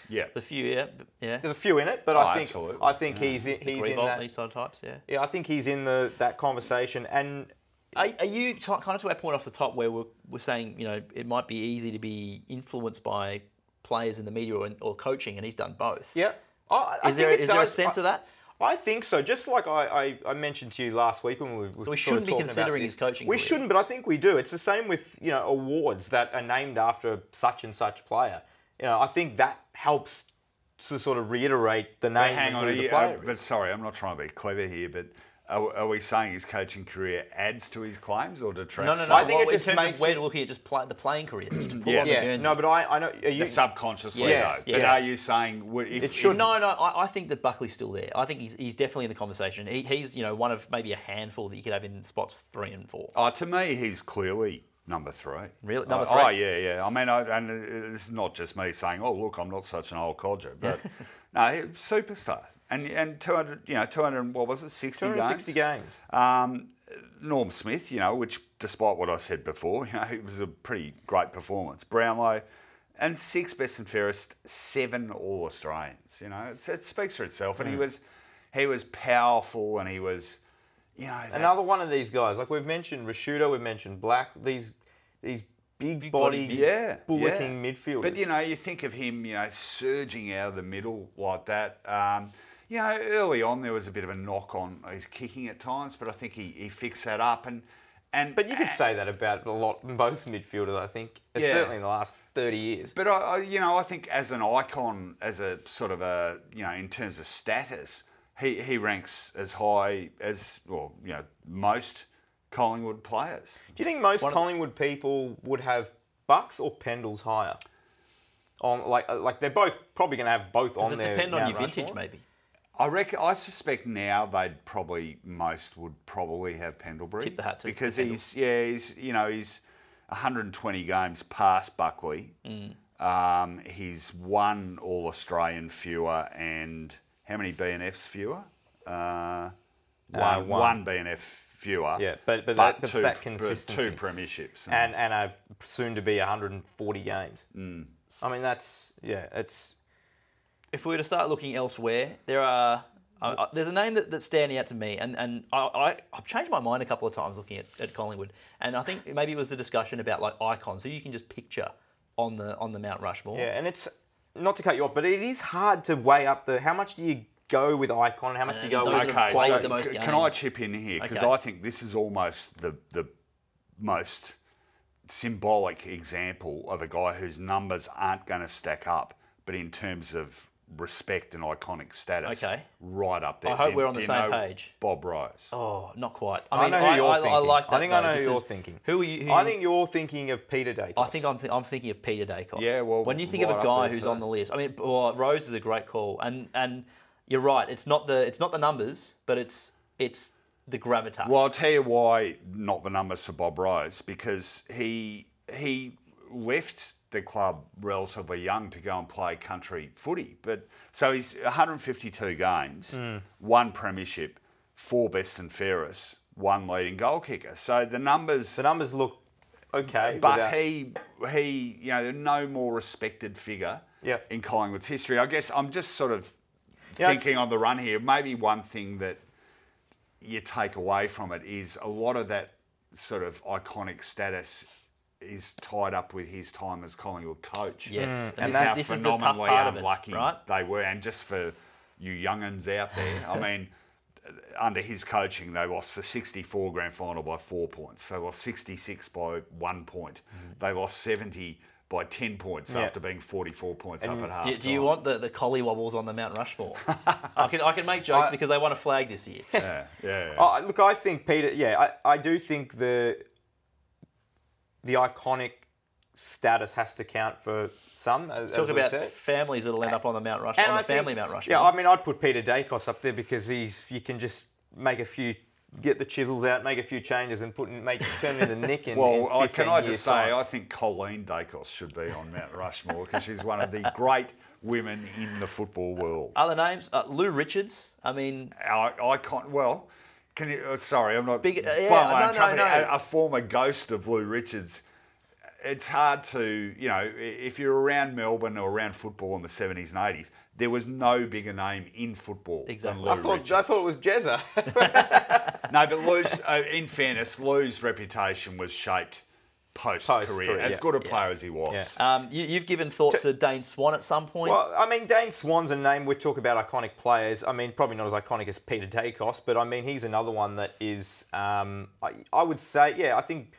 S5: Yeah.
S3: a few. Yeah, yeah.
S4: There's a few in it, but
S5: Oh,
S4: I think
S5: absolutely.
S4: I think he's
S3: Mm.
S4: in, he's in
S3: Revolt,
S4: that.
S3: these sort of types. Yeah.
S4: Yeah, I think he's in the that conversation, and
S3: Are, are you t- kind of to our point off the top where we're, we're saying you know it might be easy to be influenced by players in the media or, or coaching, and he's done both.
S4: yeah, I, I
S3: Is there
S4: think it
S3: is there a
S4: does-
S3: sense
S4: I-
S3: of that?
S4: I think so. Just like I, I, I mentioned to you last week when we were
S3: we
S4: sort
S3: shouldn't
S4: of
S3: be
S4: talking about
S3: considering
S4: this.
S3: his coaching
S4: We
S3: career.
S4: shouldn't, but I think we do. It's the same with you know awards that are named after such and such player. You know, I think that helps to sort of reiterate the name
S5: Hang
S4: of
S5: on,
S4: who
S5: are
S4: the
S5: you-
S4: player
S5: uh,
S4: is.
S5: but sorry, I'm not trying to be clever here, but are, are we saying his coaching career adds to his claims or
S3: No,
S5: detracts?
S3: no,
S5: from
S3: no.
S4: I think
S3: well,
S4: it just
S3: in terms
S4: makes
S3: of we're
S4: it-
S3: looking at just play, the playing career. Just pull
S5: Yeah.
S3: on the
S4: yeah,
S3: Guernsey.
S4: no, but I, I know are you.
S5: it? Subconsciously,
S4: Yes,
S5: though.
S4: yes.
S5: But are you saying would- if,
S4: It shouldn't.
S3: No, no, I, I think that Buckley's still there. I think he's, he's definitely in the conversation. He, he's you know one of maybe a handful that you could have in spots three and four.
S5: Oh, to me, he's clearly number three.
S3: Really? Number
S5: Oh, oh,
S3: three?
S5: yeah, yeah. I mean, I, and uh, this is not just me saying, "Oh, look, I'm not such an old
S3: (laughs)
S5: codger," but no, he- superstar. And and 200, you know, 200. What was it? 60
S4: 260 games.
S5: Um, Norm Smith, you know, which, despite what I said before, (laughs) you know, it was a pretty great performance. Brownlow. And six best and fairest, seven All Australians. You know, it's, it speaks for itself. And he
S4: Hmm.
S5: was, he was powerful, and he was, you know, that-
S4: Another one of these guys, like we've mentioned Rashudo, we've mentioned Black, these these big body,
S3: bodied
S5: yeah,
S4: bullocking
S5: yeah.
S4: midfielders.
S5: But you know, you think of him, you know, surging out of the middle like that. Um, you know, early on there was a bit of a knock on his kicking at times, but I think he, he fixed that up and and
S4: But you could say that about a lot most midfielders, I think,
S5: uh, Yeah.
S4: certainly in the last 30 years.
S5: But I, I, you know, I think as an icon, as a sort of a, you know, in terms of status, he, he ranks as high as, well, you know, most Collingwood players.
S4: Do you think most Collingwood people would have Bucks or Pendles higher? On like uh, like they're both probably going to have both on
S3: Does it
S4: their
S3: depend on
S4: Mount
S3: your vintage,
S4: Rushmore.
S3: maybe?
S5: I reckon. I suspect now they'd probably most would probably have Pendlebury.
S3: Tip the hat to-
S5: because
S3: to
S5: he's yeah he's you know he's 120 games past Buckley.
S3: Mm.
S5: Um, he's one All Australian fewer and how many BNFs fewer? Uh, one,
S4: one.
S5: one BNF fewer.
S4: Yeah, but- but that- but it's that consistency.
S5: Two premierships.
S4: And and a soon to be 140 games.
S3: Mm.
S4: I mean that's yeah it's
S3: If we were to start looking elsewhere, there are I, I, there's a name that, that's standing out to me, and and I, I I've changed my mind a couple of times looking at, at Collingwood, and I think maybe it was the discussion about like icons who you can just picture on the on the Mount Rushmore.
S4: yeah and it's not to cut you off, but it is hard to weigh up the how much do you go with icon and how much do you go
S3: those
S4: with
S3: are
S5: okay,
S3: played
S5: so
S3: the most
S5: c- can I
S3: games.
S5: chip in here because
S3: Okay.
S5: I think this is almost the the most symbolic example of a guy whose numbers aren't going to stack up, but in terms of respect and iconic status,
S3: Okay.
S5: right up there.
S3: I hope
S5: Do-
S3: we're on
S5: do
S3: the
S5: you
S3: same
S5: know
S3: page.
S5: Bob Rose.
S3: Oh, not quite.
S4: I
S3: I mean,
S4: know who
S3: I,
S4: you're
S3: I,
S4: thinking.
S3: I like that.
S4: I think
S3: though.
S4: I know
S3: This
S4: who you're
S3: is-
S4: thinking.
S3: Who are you? Who
S4: I
S3: you-
S4: think you're thinking of Peter Dacos.
S3: I think I'm, th- I'm thinking of Peter Dacos.
S5: Yeah, well,
S3: when you think
S5: right
S3: of a
S5: up
S3: guy
S5: there
S3: who's
S5: too.
S3: on the list, I mean, well, Rose is a great call, and and you're right. It's not the it's not the numbers, but it's it's the gravitas.
S5: Well, I'll tell you why not the numbers for Bob Rose because he he left the club relatively young to go and play country footy. But so he's 152 games, one premiership, four best and fairest, one leading goal kicker. So the numbers
S4: the numbers look okay,
S5: but
S4: without-
S5: he he you know no more respected figure
S4: Yep.
S5: in Collingwood's history. I guess I'm just sort of
S4: Yeah, it's-
S5: thinking on the run here. Maybe one thing that you take away from it is a lot of that sort of iconic status is tied up with his time as Collingwood coach.
S3: Yes. Mm. And
S5: and that's
S3: that's- this is the tough
S5: phenomenally
S3: part of it,
S5: unlucky
S3: right?
S5: they were. And just for you younguns out there,
S4: (laughs)
S5: I mean, under his coaching, they lost the 64 grand final by four points. They lost 66 by one point. They lost 70 by 10 points after being 44 points up at half.
S3: Do, you- do you want the, the collie wobbles on the
S4: (laughs)
S3: Mount Rushmore? I can I can make jokes because they won a flag this year.
S5: Yeah. yeah.
S4: Oh, look, I think Peter. Yeah, I, I do think the the iconic status has to count for some. as- as
S3: Talk
S4: we've
S3: about
S4: said.
S3: families that'll end up on the Mount Rushmore, on the
S4: I think-
S3: family Mount Rushmore.
S4: Yeah, I mean, I'd put Peter Dacos up there because he's you can just make a few, get the chisels out, make a few changes, and put in- make turn into Nick.
S5: (laughs)
S4: In,
S5: Well,
S4: in
S5: I, can I
S4: 15 years'
S5: just say,
S4: time.
S5: I think Colleen Dacos should be on Mount Rushmore because she's one of (laughs) the great women in the football world.
S3: Other names, uh, Lou Richards. I mean,
S5: Our icon, well, can you, uh, sorry, I'm not
S3: Big- uh, yeah,
S5: blowing my own
S3: no, no,
S5: trumpet.
S3: no.
S5: A, a former ghost of Lou Richards. It's hard to, you know, i- if you're around Melbourne or around football in the 70s and 80s, there was no bigger name in football
S3: Exactly.
S5: than Lou
S4: I thought,
S5: Richards.
S4: I
S3: (laughs)
S4: thought it was Jezza. (laughs)
S5: No, but Lou's, uh, in fairness, Lou's reputation was shaped post-career.
S4: Post-career,
S5: as
S4: yeah.
S5: good a player as he was.
S3: um, you, you've given thought to Dane Swan at some point.
S4: well, I mean, Dane Swan's a name. We talk about iconic players. I mean, probably not as iconic as Peter Dacos, but I mean, he's another one that is. Um, I, I would say, yeah, I think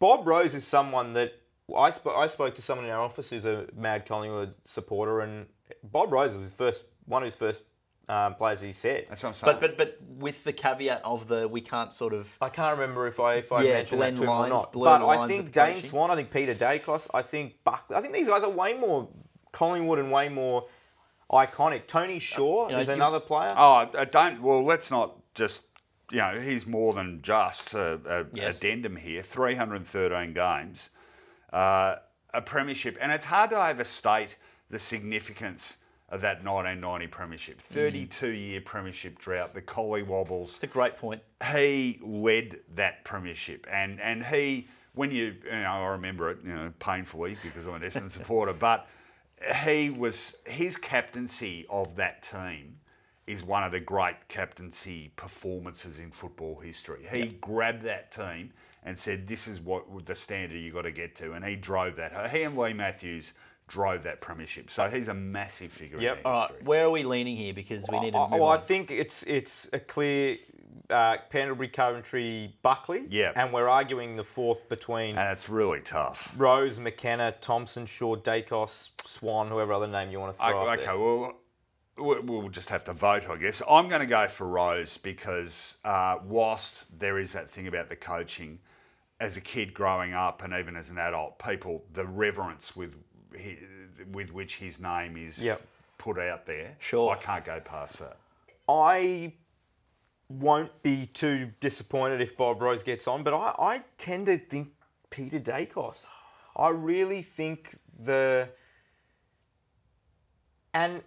S4: Bob Rose is someone that I, sp- I spoke to someone in our office who's a mad Collingwood supporter, and Bob Rose was his first one of his first um, players that he said.
S5: That's what I'm saying.
S3: but but but with the caveat of the we can't sort of
S4: I can't remember if I if I
S3: Yeah,
S4: mentioned that
S3: Glenn
S4: to him or
S3: Lyons,
S4: not.
S3: blurred
S4: But
S3: lines
S4: I
S3: with
S4: think
S3: the
S4: Dane
S3: coaching.
S4: Swan, I think Peter Dacos, I think Buckley. I think these guys are way more Collingwood and way more iconic. Tony Shaw
S3: you know,
S4: is
S3: you-
S4: another player.
S5: Oh, I don't. Well, let's not just. You know, he's more than just a, a
S3: Yes.
S5: addendum here. 313 games, uh, a premiership, and it's hard to overstate the significance of that 1990 premiership. 32-year premiership drought, the Collie wobbles
S3: It's a great point.
S5: he led that premiership, and and he when you, you know, I remember it, you know, painfully because I'm an Essendon supporter, but he was his captaincy of that team is one of the great captaincy performances in football history. He grabbed that team and said, "This is what the standard you got to get to," and he drove that. He and Lee Matthews drove that premiership, so he's a massive figure
S4: Yep.
S5: in
S3: All
S5: our
S3: right,
S5: history.
S3: where are we leaning here? Because we need to
S4: I,
S3: move
S4: well, Oh, I
S3: on.
S4: think it's it's a clear uh, Canterbury, Coventry, Buckley.
S5: Yeah.
S4: And we're arguing the fourth between
S5: and it's really tough.
S4: Rose, McKenna, Thompson, Shaw, Dacos, Swan, whoever other name you want to throw.
S5: I,
S4: up
S5: okay,
S4: there.
S5: well, we- we'll just have to vote, I guess. I'm going to go for Rose because uh, whilst there is that thing about the coaching, as a kid growing up and even as an adult, people the reverence with he, with which his name is
S4: Yep.
S5: put out there.
S3: Sure.
S5: I can't go past that.
S4: I won't be too disappointed if Bob Rose gets on, but I, I tend to think Peter Dacos. I really think the and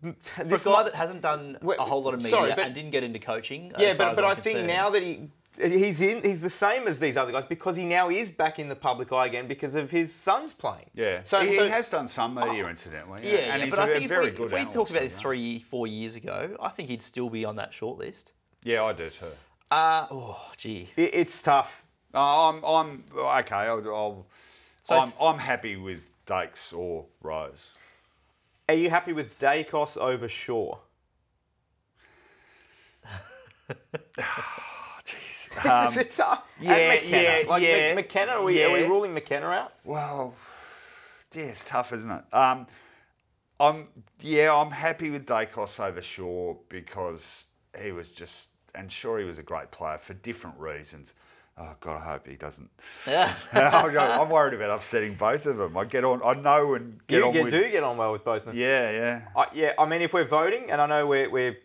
S3: For a
S4: this
S3: guy
S4: might-
S3: that hasn't done
S4: Wait,
S3: a whole lot of media
S4: sorry, but-
S3: and didn't get into coaching. as
S4: yeah,
S3: far as
S4: but, but
S3: I'm
S4: I think
S3: concerned,
S4: now that he he's in he's the same as these other guys because he now is back in the public eye again because of his son's playing.
S5: Yeah.
S4: so,
S5: he,
S4: so
S5: he has done some media, incidentally.
S3: Oh, Yeah,
S5: and
S3: yeah,
S5: he's
S3: but
S5: a
S3: I think if
S5: very
S3: we,
S5: good
S3: if we
S5: analyst
S3: talked about
S5: on
S3: this
S5: that.
S3: three, four years ago, I think he'd still be on that shortlist.
S5: Yeah, I do too.
S3: Uh, oh, gee.
S4: it- it's tough.
S5: Oh, I'm, I'm okay. I'll, I'll,
S3: So
S5: I'm,
S3: f-
S5: I'm happy with Dakes or Rose.
S4: Are you happy with Dacos
S5: (sighs)
S4: over Shaw? This is it's tough.
S5: Um, yeah,
S4: and McKenna.
S5: yeah,
S4: like, Mc-
S5: yeah,
S4: McKenna, are we, are we
S5: yeah.
S4: ruling McKenna out?
S5: Well, yeah, it's tough, isn't it? Um, I'm yeah, I'm happy with Dacos over Shaw because he was just, and sure he was a great player for different reasons. Oh God, I hope he doesn't. (laughs) I'm I'm worried about upsetting both of them. I get on, I know, and get
S4: you
S5: on
S4: get,
S5: with.
S4: do get on well with both of them.
S5: Yeah, yeah.
S4: I, yeah, I mean, if we're voting, and I know we're, we're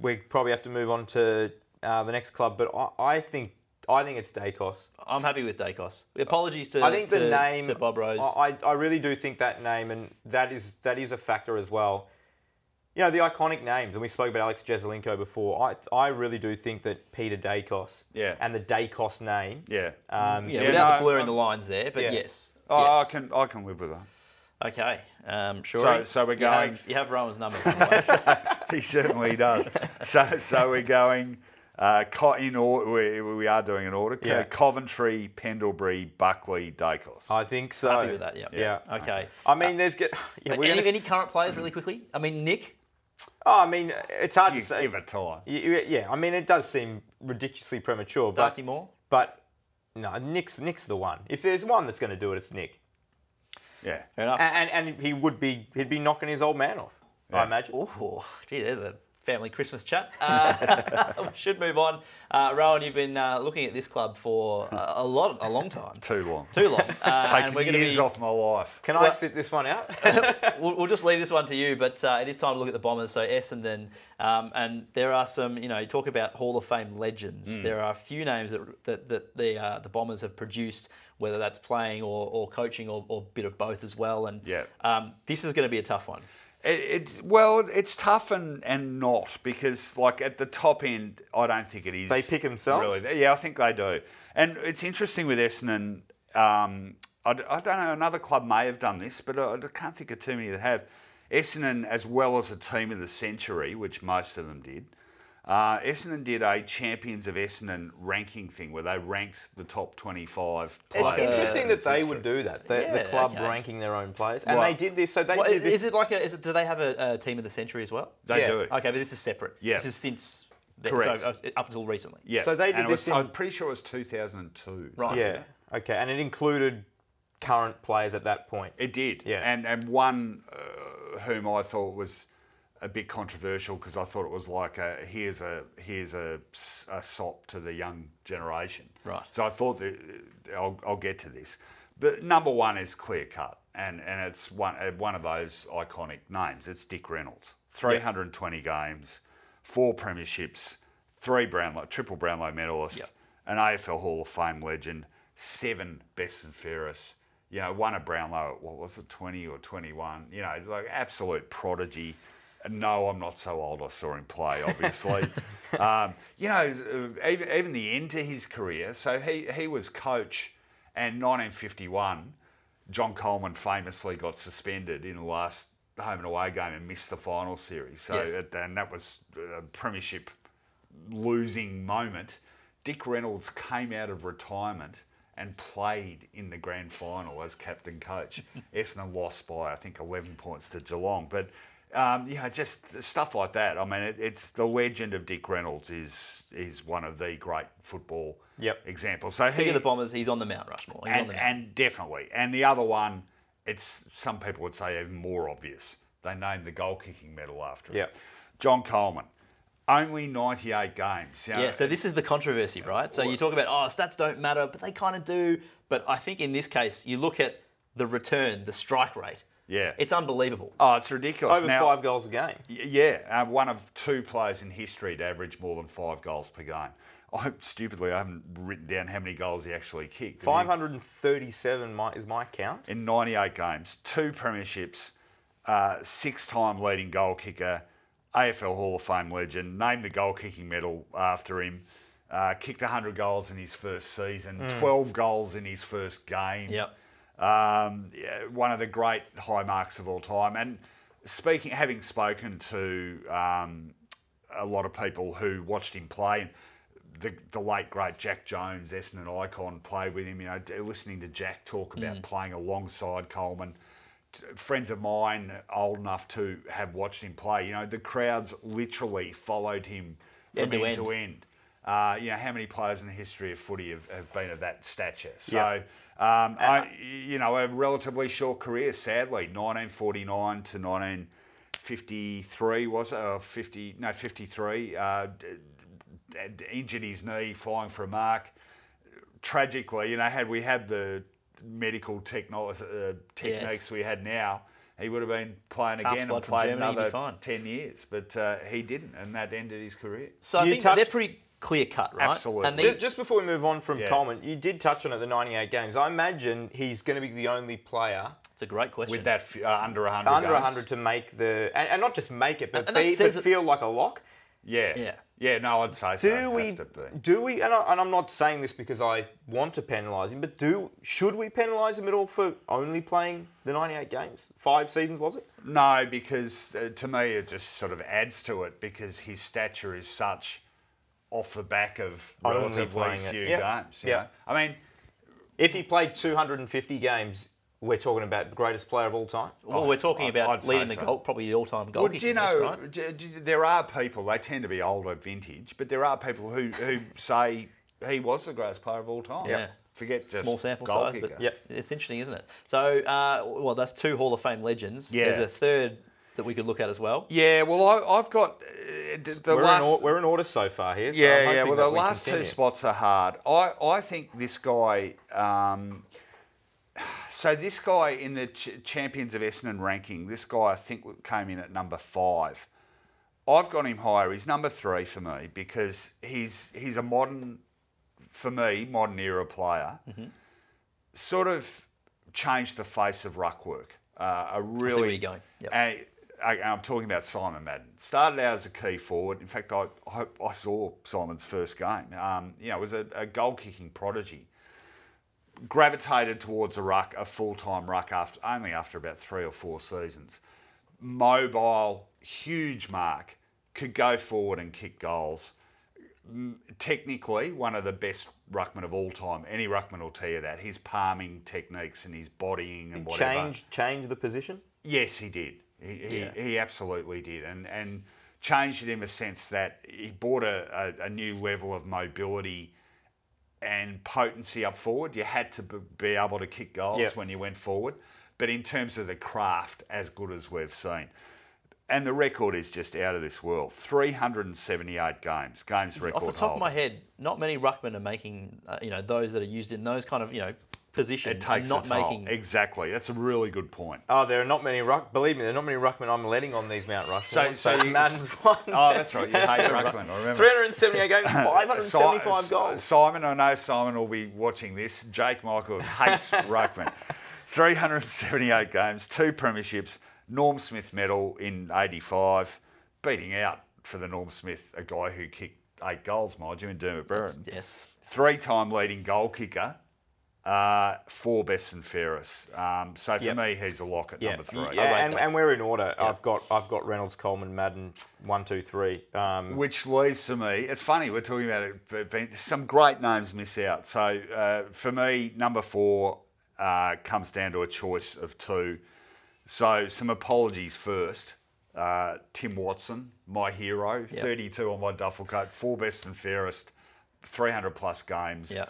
S4: we probably have to move on to uh, the next club, but I, I think I think it's Dacos.
S3: I'm happy with Dacos. Apologies to,
S4: I think the
S3: to
S4: name
S3: Sir Bob Rose.
S4: I, I I really do think that name, and that is that is a factor as well. You know the iconic names, and we spoke about Alex Jezelenko before. I I really do think that Peter Dacos,
S5: Yeah.
S4: and the Dacos name,
S5: Yeah.
S4: um,
S3: yeah,
S5: yeah,
S3: without
S5: no,
S3: the blurring
S5: I-
S3: the lines there, but
S4: yeah.
S3: yes.
S5: Oh,
S3: yes.
S5: I can I can live with that.
S3: Okay. Um, sure.
S5: So- so we're
S3: You
S5: going- (laughs)
S3: have, you have Rowan's number. by the way.
S5: He certainly does. So so we're going Uh, Co- in or, we, we are doing an order. Co-
S4: Yeah.
S5: Coventry, Pendlebury, Buckley, Dacos.
S4: I think so.
S3: Happy with that, yeah.
S4: Yeah.
S3: Okay.
S4: I
S5: Uh,
S4: mean, there's get. (laughs) Yeah, we're
S3: any,
S4: gonna,
S3: any current players, really quickly? I mean, Nick.
S4: oh, I mean, it's hard
S5: you
S4: to say.
S5: give it time.
S4: Y- y- Yeah, I mean, it does seem ridiculously premature. But,
S3: Darcy Moore?
S4: But no, Nick's Nick's the one. If there's one that's going to do it, it's Nick.
S5: Yeah.
S3: Fair enough.
S4: And, and and he would be he'd be knocking his old man off. I imagine.
S3: Oh, gee, there's a family Christmas chat. Uh, (laughs) we should move on. Uh, Rowan, you've been uh, looking at this club for a, a lot, a long time.
S5: Too long.
S3: Too long. Uh,
S5: (laughs)
S3: and
S5: Taking
S3: we're gonna
S5: years
S3: be-
S5: off my life.
S4: Can I
S3: Well-
S4: sit this one out?
S3: We'll, we'll just leave this one to you, but uh, it is time to look at the Bombers. So Essendon, um, and there are some, you know, you talk about Hall of Fame legends.
S5: Mm.
S3: There are a few names that that, that the uh, the Bombers have produced, whether that's playing or, or coaching or, or bit of both as well. And
S5: Yeah.
S3: um, this is going to be a tough one.
S5: It, it's well, it's tough and, and not because like at the top end, I don't think it is.
S4: They pick themselves?
S5: really. Yeah, I think they do. And it's interesting with Essendon. Um, I, d- I don't know. Another club may have done this, but I, I can't think of too many that have. Essendon, as well as a team of the century, which most of them did. Uh, Essendon did a Champions of Essendon ranking thing where they ranked the top 25 players.
S4: It's interesting
S5: in
S4: that they
S5: history.
S4: would do that. The,
S3: Yeah,
S4: the club
S3: okay.
S4: ranking their own players, and
S5: Well-
S4: they did this. So they
S3: Well,
S4: did
S3: is,
S4: this.
S3: is it like a? Is it? Do they have a, a team of the century as well?
S5: They
S4: Yeah.
S5: do.
S3: Okay, but this is separate.
S5: Yeah.
S3: This is since the,
S5: Correct.
S3: So, uh, up until recently.
S5: Yeah.
S4: So they did
S5: and it
S4: this
S5: was-
S4: in-
S5: I'm pretty sure it was 2002.
S3: Right.
S4: yeah. Okay, and it included current players at that point.
S5: It did.
S4: Yeah.
S5: And and one uh, whom I thought was a bit controversial because I thought it was like a, here's a here's a, s- a sop to the young generation.
S3: Right.
S5: So I thought that uh, I'll, I'll get to this, but number one is clear cut, and and it's one uh, one of those iconic names. It's Dick Reynolds, 320 games, four premierships, three Brownlow triple Brownlow medalist,
S3: Yep.
S5: an AFL Hall of Fame legend, seven best and fairest. You know, won a Brownlow. At, what was it, 20 or 21? You know, like absolute prodigy. No, I'm not so old. I saw him play, obviously. um, you know, he's, uh, even, even the end to his career. So he, he was coach, and 1951, John Coleman famously got suspended in the last home and away game and missed the final series. So
S3: Yes.
S5: it- and that was a premiership losing moment. Dick Reynolds came out of retirement and played in the grand final as captain coach. Essendon lost by I think 11 points to Geelong, but um, you know just stuff like that. I mean, it, it's the legend of Dick Reynolds is is one of the great football
S4: Yep.
S5: examples. So
S3: Think
S5: he,
S3: of the Bombers. He's on the Mount Rushmore. He's on
S5: and,
S3: the Mount.
S5: and definitely. And the other one, it's some people would say even more obvious. They named the goal kicking medal after him.
S4: Yeah.
S5: John Coleman, only 98 games. You know,
S3: yeah. So this is the controversy, right? So you talk about oh, stats don't matter, but they kind of do. But I think in this case, you look at the return, the strike rate.
S5: Yeah.
S3: It's unbelievable.
S5: Oh, it's ridiculous.
S4: Over
S5: Now-
S4: five goals a game.
S5: Y- Yeah, uh, one of two players in history to average more than five goals per game. I stupidly I haven't written down how many goals he actually kicked. And he-
S4: 537 mi- is my count.
S5: in 98 games, two premierships, uh, six-time leading goal kicker, AFL Hall of Fame legend, named the goal kicking medal after him. Uh, kicked 100 goals in his first season, 12 goals in his first game.
S3: Yep.
S5: Um, yeah, one of the great high marks of all time. And speaking, having spoken to um, a lot of people who watched him play, and the, the late great Jack Jones, Essendon icon, played with him. You know, d- listening to Jack talk about playing alongside Coleman. T- Friends of mine, old enough to have watched him play. You know, the crowds literally followed him from
S3: End to
S5: end to
S3: end.
S5: end end. Uh, you know, how many players in the history of footy have, have been of that stature? So, um, I, you know, a relatively short career, sadly, 1949 to 1953, was it? Or 50, no, 53. Uh, d- d- d- injured his knee flying for a mark. Tragically, you know, had we had the medical techno- uh, techniques we had now, he would have been playing
S3: Calf
S5: again
S3: squad
S5: and
S3: from
S5: played
S3: Germany, he'd be
S5: another
S3: fine.
S5: 10 years. But uh, he didn't, and that ended his career.
S3: So I
S4: You
S3: think that they're
S4: touched-
S3: pretty clear cut, right?
S5: Absolutely.
S3: And
S5: Ju-
S3: the-
S4: Ju- Just before we move on from
S5: Yeah.
S4: Coleman, you did touch on it the 98 games. I imagine he's going to be the only player
S3: it's a great question.
S5: with that f- uh, under 100
S4: under
S5: games.
S4: 100 to make the and, and not just make it, but,
S3: And- and that
S4: be, but
S3: says it-
S4: feel like a lock.
S5: yeah
S3: Yeah.
S5: yeah no i'd say so
S4: Do
S5: It'd
S4: we?
S5: have to be.
S4: Do we? And, I, and I'm not saying this because I want to penalise him, but do should we penalise him at all for only playing the 98 games? Five seasons was it?
S5: no because uh, to me it just sort of adds to it because his stature is such off the back of
S4: Only
S5: relatively
S4: playing it.
S5: few
S4: Yeah.
S5: games. you
S4: Yeah.
S5: know. I mean,
S4: If he played 250 games, we're talking about the greatest player of all time.
S3: Well, we're talking
S5: Oh, I'd-
S3: about
S5: I'd say
S3: leading the
S5: so.
S3: goal, probably the all-time goal
S5: well,
S3: kicker.
S5: do you
S3: that's
S5: know,
S3: right.
S5: d- d- there are people, they tend to be older vintage, but there are people who, who say he was the greatest player of all time.
S3: Yeah.
S5: Forget just
S3: small sample
S5: goal
S3: size,
S5: kicker.
S3: but it's interesting, isn't it? So, uh, well, that's two Hall of Fame legends.
S5: Yeah.
S3: There's a third that we could look at as well.
S5: Yeah, well, I, I've got uh, d- the
S4: we're,
S5: last.
S4: in, or- we're in order so far here. So I'm
S5: yeah, yeah.
S4: hoping
S5: Well,
S4: that
S5: the
S4: we
S5: last two
S4: continue.
S5: spots are hard. I, I think this guy. Um, so this guy in the Ch- Champions of Essendon ranking, this guy I think came in at number five. I've got him higher. He's number three for me because he's he's a modern, for me, modern era player.
S3: Mm-hmm.
S5: Sort of changed the face of ruck work. Uh, a really
S3: where you're going. Yep.
S5: and I, I'm talking about Simon Madden. Started out as a key forward. In fact, I, I, hope- I saw Simon's first game. Um, you know, was a, a goal kicking prodigy. Gravitated towards a ruck, a full time ruck after only after about three or four seasons. Mobile, huge mark, could go forward and kick goals. M- Technically, one of the best ruckman of all time. Any ruckman will tell you that. His palming techniques and his bodying and whatever.
S4: Change, change the position.
S5: Yes, he did. He, he,
S3: Yeah.
S5: he absolutely did, and and changed it in the sense that he brought a, a, a new level of mobility and potency up forward. You had to b- be able to kick goals
S4: Yeah.
S5: when you went forward, but in terms of the craft, as good as we've seen. And the record is just out of this world. 378 games, games record.
S3: Off the top of
S5: holder.
S3: my head, not many ruckmen are making, uh, you know, those that are used in those kind of, you know, positions.
S5: it takes
S3: not
S5: a toll.
S3: making.
S5: exactly. That's a really good point.
S4: Oh, there are not many ruck. Believe me, there are not many ruckmen I'm letting on these Mount
S5: So-
S4: Rushmore.
S5: so you-
S4: Madden's one.
S5: Oh, that's right. You
S4: (laughs)
S5: hate Ruckman. I remember. (laughs)
S4: 378 games,
S5: Si-
S4: 575
S5: Uh, Si-
S4: goals.
S5: Simon, I know Simon will be watching this. Jake Michaels
S4: (laughs)
S5: hates Ruckman. 378 games, two premierships, Norm Smith medal in 85, beating out for the Norm Smith, a guy who kicked eight goals, mind you, in Dermot Burren.
S3: Yes.
S5: Three time leading goal kicker. Uh, for best and fairest. Um, so for
S4: Yep.
S5: me, he's a lock at
S4: Yeah,
S5: number three.
S4: yeah, and,
S3: that.
S4: and we're in order. I've got I've got Reynolds, Coleman, Madden, one, two, three. Um,
S5: Which leads to me, it's funny, we're talking about it, but but some great names miss out. So uh, for me, number four uh, comes down to a choice of two. So some apologies first. Uh, Tim Watson, my hero, 32 on my duffel coat, four best and fairest, 300 plus games.
S3: Yeah.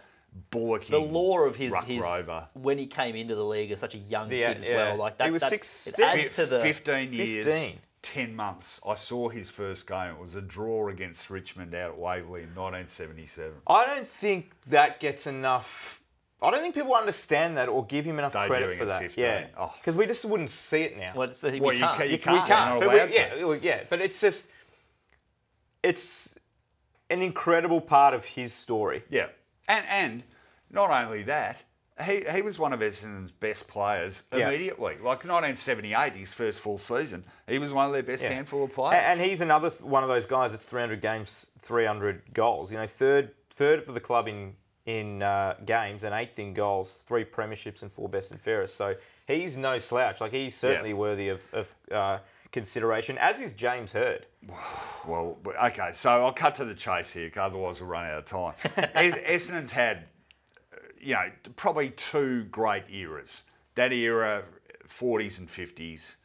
S5: Bullocking.
S3: The law of his,
S5: ruck
S3: his
S5: rover.
S3: when he came into the league as such a young
S4: Yeah,
S3: kid as
S4: yeah.
S3: well, like that.
S4: He was
S3: that's, it
S4: 16.
S3: adds to the.
S5: 15 years,
S4: 15.
S5: 10 months. I saw his first game. It was a draw against Richmond out at Waverley in 1977.
S4: I don't think that gets enough. I don't think people understand that or give him enough
S5: Debuting
S4: credit for
S5: at
S4: that.
S5: 15.
S4: Yeah,
S5: Oh.
S4: because we just wouldn't see it now.
S3: Well, it's, uh, we
S5: Well, you
S3: can't.
S5: ca- you
S3: You
S5: can't.
S4: we
S5: You're
S4: can't.
S5: not
S4: but we-
S5: allowed to.
S4: yeah, well, yeah, but it's just it's an incredible part of his story.
S5: Yeah. And and not only that, he, he was one of Essendon's best players
S4: Yeah.
S5: immediately. Like 1978, his first full season, he was one of their best
S4: Yeah.
S5: handful of
S4: A-
S5: players.
S4: And, he's another th- one of those guys that's 300 games, 300 goals. You know, third third for the club in in uh, games and eighth in goals, three premierships and four best and fairest. So he's no slouch. Like he's certainly worthy of, of uh, consideration, as is James Heard.
S5: Well, but- okay, so I'll cut to the chase here, 'cause otherwise we'll run out of
S4: (laughs)
S5: time. Es- Essendon's had, uh, you know, probably two great eras. That era, 40s and 50s,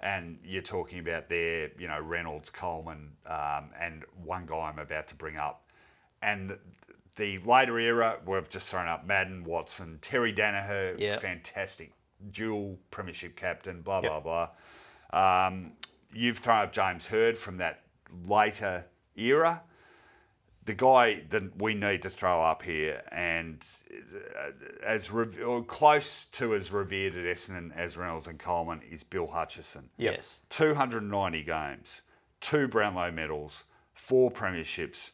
S5: and you're talking about their, you know, Reynolds, Coleman, um, and one guy I'm about to bring up. And the, the later era, we've just thrown up Madden, Watson, Terry Danaher,
S3: Yeah.
S5: fantastic dual premiership captain, blah, blah,
S4: Yep.
S5: blah. Um, you've thrown up James Heard from that later era. The guy that we need to throw up here, and uh, as rev- or close to as revered at Essendon as Reynolds and Coleman, is Bill Hutchison.
S3: Yes.
S5: 290 games, two Brownlow medals, four premierships,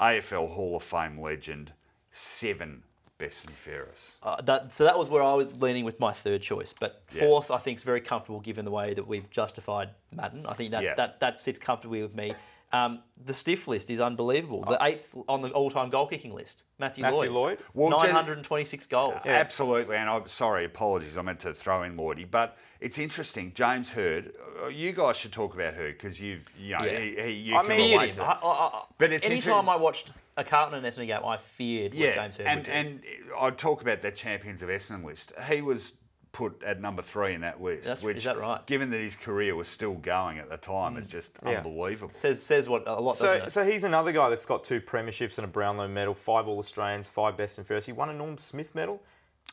S5: AFL Hall of Fame legend, seven best and fairest.
S3: Uh, that, so that was where I was leaning with my third choice. But
S5: Yeah.
S3: fourth, I think, is very comfortable given the way that we've justified Madden. I think that,
S5: Yeah.
S3: that, that sits comfortably with me. Um, the stiff list is unbelievable. The eighth on the all-time goal kicking list, Matthew,
S4: Oh. Matthew Lloyd?
S3: Lloyd.
S5: Well, just-
S3: 926 goals.
S5: Absolutely, and I'm sorry, apologies. I meant to throw in Lordy, but it's interesting. James Heard, uh, you guys should talk about Heard because you've, you know,
S3: Yeah.
S5: he, he, you
S4: I
S5: can
S4: mean-
S5: relate
S3: Feared him.
S5: to.
S3: I, I, I,
S5: But it's
S3: anytime
S5: interesting-
S3: I watched a Carlton and Essendon game I feared what
S5: Yeah,
S3: James Hird would
S5: and
S3: do.
S5: and I talk about that Champions of Essendon list. He was put at number three in that list.
S3: That's- is
S5: which,
S3: that right? Mm.
S5: Given that his career was still going at the time, is just
S4: Yeah.
S5: unbelievable.
S3: says says what a lot doesn't
S4: So,
S3: it?
S4: so he's another guy that's got two premierships and a Brownlow medal, five All Australians, five Best and Fairest. He won a Norm Smith medal.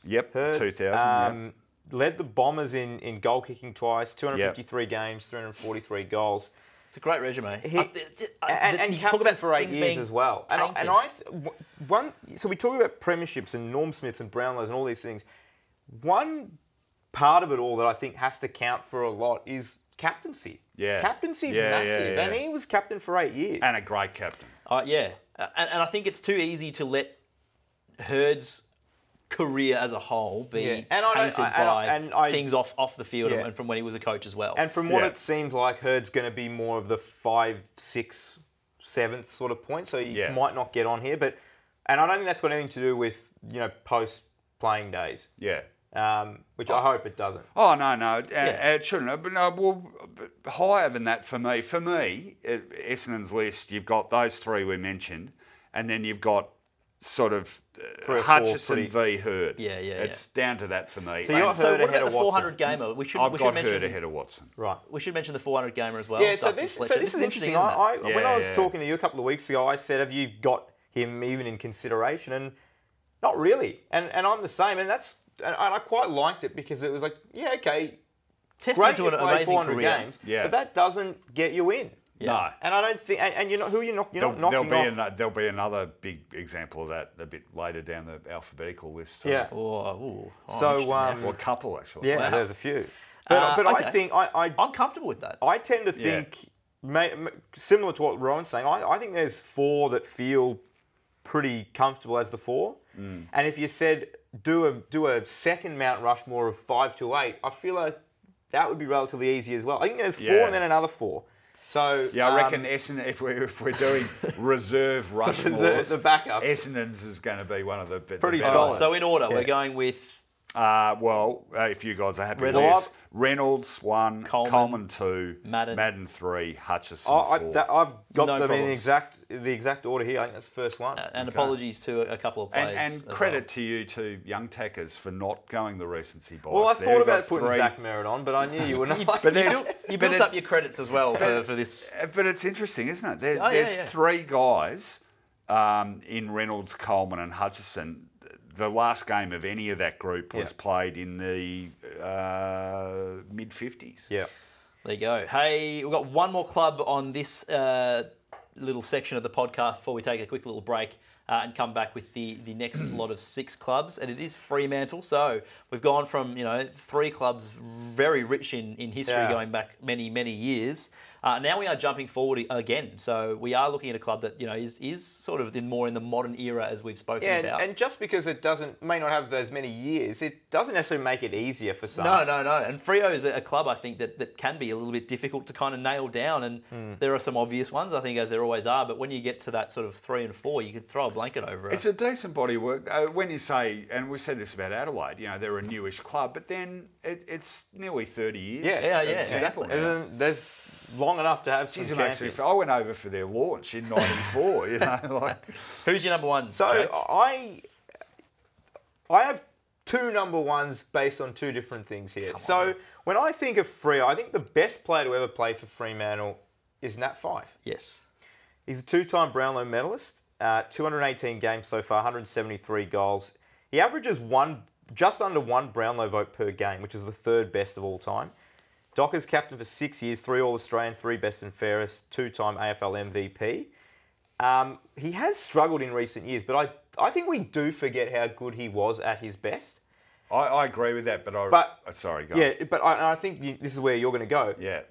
S5: Yep,
S4: Heard,
S5: two thousand.
S4: um, Led the Bombers in, in goal kicking twice, 253 games, 343 goals.
S3: it's a great resume.
S4: He-
S3: I- th- I-
S4: and
S3: th-
S4: and
S3: you talk
S4: captain
S3: about
S4: for eight
S3: things
S4: years
S3: being
S4: as well. And, I- and
S3: tainted.
S4: I, th- w- one, so we talk about premierships and Norm Smiths and Brownlows and all these things. One part of it all that I think has to count for a lot is captaincy.
S5: Yeah.
S4: captaincy is
S5: Yeah, yeah,
S4: massive, and
S5: yeah.
S4: he was captain for eight years.
S5: and a great captain.
S3: Uh, yeah, Uh, and, and I think it's too easy to let Herd's career as a whole be
S4: Yeah. And I don't-
S3: tainted
S4: I- I don't-
S3: by
S4: and I-
S3: things off off the field
S4: Yeah.
S3: and from when he was a coach as well.
S4: And from what
S5: Yeah.
S4: it seems like, Herd's going to be more of the five, six, seventh sort of point. So you
S5: Yeah.
S4: might not get on here, but and I don't think that's got anything to do with you know post playing days,
S5: Yeah.
S4: um, which I hope it doesn't.
S5: Oh no, no, it-
S3: Yeah.
S5: it shouldn't. have, But no, well, but higher than that for me. For me, it- Essendon's list. You've got those three we mentioned, and then you've got sort of uh,
S4: Three or four
S5: Hutchison
S4: pretty-
S5: v Hurd.
S3: Yeah, yeah,
S5: It's down to that for me.
S4: So you're
S5: And
S4: Hurd
S3: so what
S4: ahead
S3: about
S4: of
S3: the 400
S4: Watson.
S3: gamer? We should
S5: I've
S3: we should
S5: got
S3: mention
S5: Hurd ahead of Watson.
S4: Right.
S3: we should mention the 400 gamer as well.
S4: Yeah. So
S3: Dustin
S4: this, so
S3: Fletcher.
S4: this is interesting. I,
S3: isn't it?
S4: I when
S5: Yeah,
S4: I was
S5: yeah.
S4: talking to you a couple of weeks ago, I said, "Have you got him even in consideration?" And not really. And and I'm the same. And that's and I I quite liked it because it was like, yeah, okay,
S3: Tested
S4: great
S3: to
S4: you
S3: an
S4: play
S3: amazing
S4: 400
S3: career.
S4: games,
S5: Yeah.
S4: but that doesn't get you in.
S5: No.
S4: And I don't think, and, and you're not who you're not you're
S5: There'll,
S4: not
S5: there'll
S4: knocking
S5: be
S4: off.
S5: ano- there'll be another big example of that a bit later down the alphabetical list. so-
S4: yeah.
S3: Oh, ooh. Oh,
S4: So,
S3: interesting
S4: um,
S3: now.
S5: Well, a couple actually.
S4: yeah,
S3: Wow.
S4: there's a few. But,
S3: Uh,
S4: but
S3: okay.
S4: I think I I,
S3: I'm comfortable with that.
S4: I tend to
S5: Yeah.
S4: think ma ma- similar to what Rowan's saying. I, I think there's four that feel pretty comfortable as the four.
S5: Mm.
S4: And if you said do a do a second Mount Rushmore of five to eight, I feel like that would be relatively easy as well. I think there's four
S5: Yeah.
S4: and then another four. So
S5: Yeah, I
S4: um,
S5: reckon Essendon. If we're if we're
S4: (laughs)
S5: doing reserve Rushmores,
S4: the backups.
S5: Essendon's is going to be one of the the
S4: Pretty
S5: best.
S4: solid.
S3: so in order, we're
S4: Yeah.
S3: going with
S5: Uh, well, uh, if you guys are happy
S3: Reynolds.
S5: with this, Reynolds one,
S3: Coleman.
S5: Coleman, two,
S3: Madden.
S5: three, Hutchison
S4: uh, Oh, I, I,
S5: four.
S4: that, I've got
S3: No
S4: them in
S3: problems.
S4: exact the exact order here. I think that's the first one.
S3: uh, and apologies to a, a couple of players.
S5: and, and
S3: as well.
S5: credit to you two young tackers for not going the recency bias.
S4: well, I
S5: there.
S4: thought
S5: We've got
S4: about putting
S5: three.
S4: Zach Merritt on, but I knew
S5: (laughs)
S4: you were not.
S5: But there's,
S3: You
S5: but
S3: built
S5: it's-
S3: up your credits as well for, for this.
S5: Uh, But it's interesting, isn't it? There,
S3: Oh, yeah,
S5: there's
S3: yeah.
S5: three guys um, in Reynolds, Coleman, and Hutchison. The last game of any of that group was
S4: Yeah.
S5: played in the uh, mid 50s.
S4: (laughs) yeah.
S3: There you go. Hey, we've got one more club on this uh, little section of the podcast before we take a quick little break uh, and come back with the,
S4: (clears throat)
S3: the next lot of six clubs, and it is Fremantle. So we've gone from you know three clubs very rich in in history
S4: Yeah.
S3: going back many many years. Uh, now we are jumping forward again, so we are looking at a club that you know is is sort of in more in the modern era as we've spoken
S4: Yeah, and,
S3: about.
S4: and just because it doesn't may not have as many years, it doesn't necessarily make it easier for some.
S3: No, no, no. And Frio is a a club I think that, that can be a little bit difficult to kind of nail down. And
S4: Hmm.
S3: there are some obvious ones, I think, as there always are. But when you get to that sort of three and four, you can throw a blanket over
S5: It's
S3: it.
S5: a decent body of work. Uh, when you say, and we said this about Adelaide, you know, they're a newish club, but then it, it's nearly 30 years.
S4: Yeah,
S3: yeah,
S5: of
S3: yeah,
S5: sample.
S3: exactly.
S4: Isn't there's long enough to have some Oh,
S5: Geez, it makes me
S4: champions.
S5: feel- I went over for their launch in 94, you know, (laughs) like,
S3: Who's your number one?
S4: So uh,
S3: Jake?
S4: I, I have two number ones based on two different things here. so when I think of Freo, I think the best player to ever play for Fremantle is Nat Fife.
S3: yes.
S4: He's a two-time Brownlow medalist. Uh, 218 games so far, 173 goals. He averages one, just under one Brownlow vote per game, which is the third best of all time. Docker's captain for six years, three All Australians, three Best and Fairest, two-time AFL MVP. Um, he has struggled in recent years, but I, I think we do forget how good he was at his best.
S5: I, I agree with that, but I.
S4: But
S5: uh, sorry, go on.
S4: yeah, but I, and I think you, this is where you're going to go.
S5: Yeah.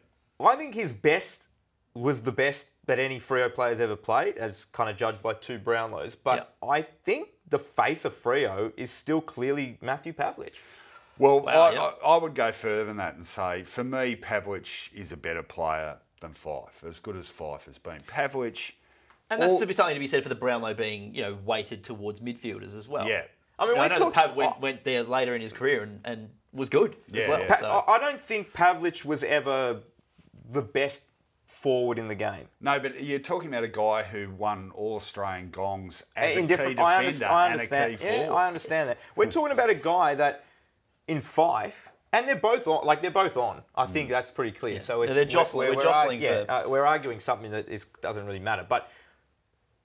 S4: I think his best was the best that any Frio player's ever played, as kind of judged by two Brownlows. But I think the face of Frio is still clearly Matthew Pavlich.
S5: Well,
S3: Wow,
S5: I,
S3: yeah.
S5: I, I would go further than that and say, for me, Pavlich is a better player than Fife, as good as Fife has been. Pavlich,
S3: And that's
S5: all-
S3: to be something to be said for the Brownlow being, you know, weighted towards midfielders as well.
S5: yeah.
S4: I mean,
S3: And I
S4: we
S3: know
S4: talk-
S3: that Pav went,
S4: I-
S3: went there later in his career and, and was good as
S5: Yeah,
S3: well.
S5: yeah.
S4: Pa-
S3: So.
S4: I I don't think Pavlich was ever the best forward in the game.
S5: No, but you're talking about a guy who won all Australian gongs as
S4: in
S5: a key
S4: different.
S5: defender
S4: I, under- I understand.
S5: and a key
S4: yeah,
S5: forward.
S4: I understand that. We're talking about a guy that in five, and they're both on. Like they're both on. I
S5: Mm.
S4: think that's pretty clear. So it's,
S3: They're jostling- we're jostling
S4: argu-
S3: for-
S4: yeah, uh, we're arguing something that is, doesn't really matter. But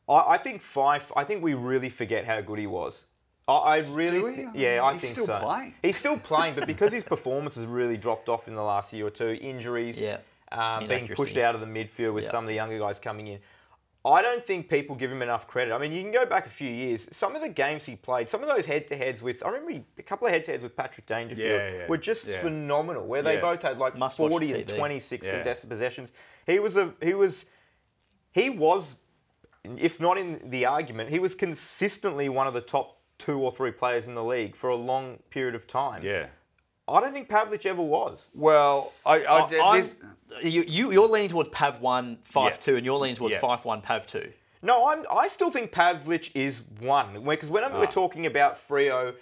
S4: I, I think Fife. I think we really forget how good he was. I, I really,
S5: Do we?
S4: thi-
S5: I
S4: yeah,
S5: mean,
S4: I
S5: he's
S4: think
S5: still
S4: so.
S5: playing.
S4: He's still playing, but
S5: (laughs)
S4: because his performance has really dropped off in the last year or two, injuries,
S3: Yeah.
S4: um, being pushed
S3: Inaccuracy.
S4: out of the midfield with
S3: Yeah.
S4: some of the younger guys coming in. I don't think people give him enough credit. I mean, you can go back a few years. Some of the games he played, some of those head-to-heads with, I remember he- a couple of head-to-heads with Patrick Dangerfield
S5: Yeah, yeah,
S4: were just
S5: yeah.
S4: phenomenal. Where they
S5: Yeah.
S4: both had like
S3: Must watch
S4: 40 and
S3: TV.
S4: 26
S5: Yeah.
S4: contested possessions. He was a he was he was, if not in the argument, he was consistently one of the top two or three players in the league for a long period of time.
S5: Yeah.
S4: I don't think Pavlich ever was.
S5: Well, I, I,
S3: I-
S5: this,
S3: you, you, you're leaning towards Pav 1, 5
S5: Yeah.
S3: 2, and you're leaning towards
S5: Yeah.
S3: 5 1, Pav 2.
S4: No, I'm, I still think Pavlich is one. Because whenever
S3: Ah.
S4: we're talking about Frio,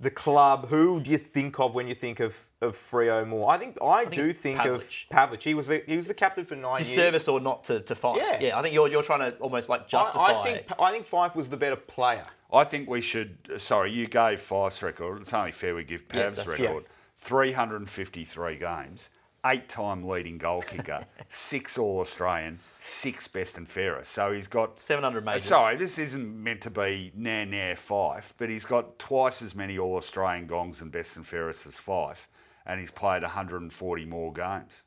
S4: the club, who do you think of when you think of, of Frio more? I think I, do
S3: it's
S4: think of
S3: Pavlich.
S4: Pavlich. He was the, he was the captain for nine years.
S3: Disservice or not to, to 5.
S4: Yeah.
S3: I think you're, you're trying to almost like
S4: I,
S3: justify.
S4: I think I think Fife was the better player.
S5: I think we should. uh, Sorry, you gave Fife's record. It's only fair we give Pav's
S3: Yes, that's
S5: record.
S3: true.
S5: 353 games, eight time leading goal
S4: (laughs)
S5: kicker, six All Australian, six best and fairest. So he's got Uh,
S3: 700 majors.
S5: Sorry, this isn't meant to be near near Fife, but he's got twice as many All Australian gongs and best and fairest as Fife, and he's played 140 more games.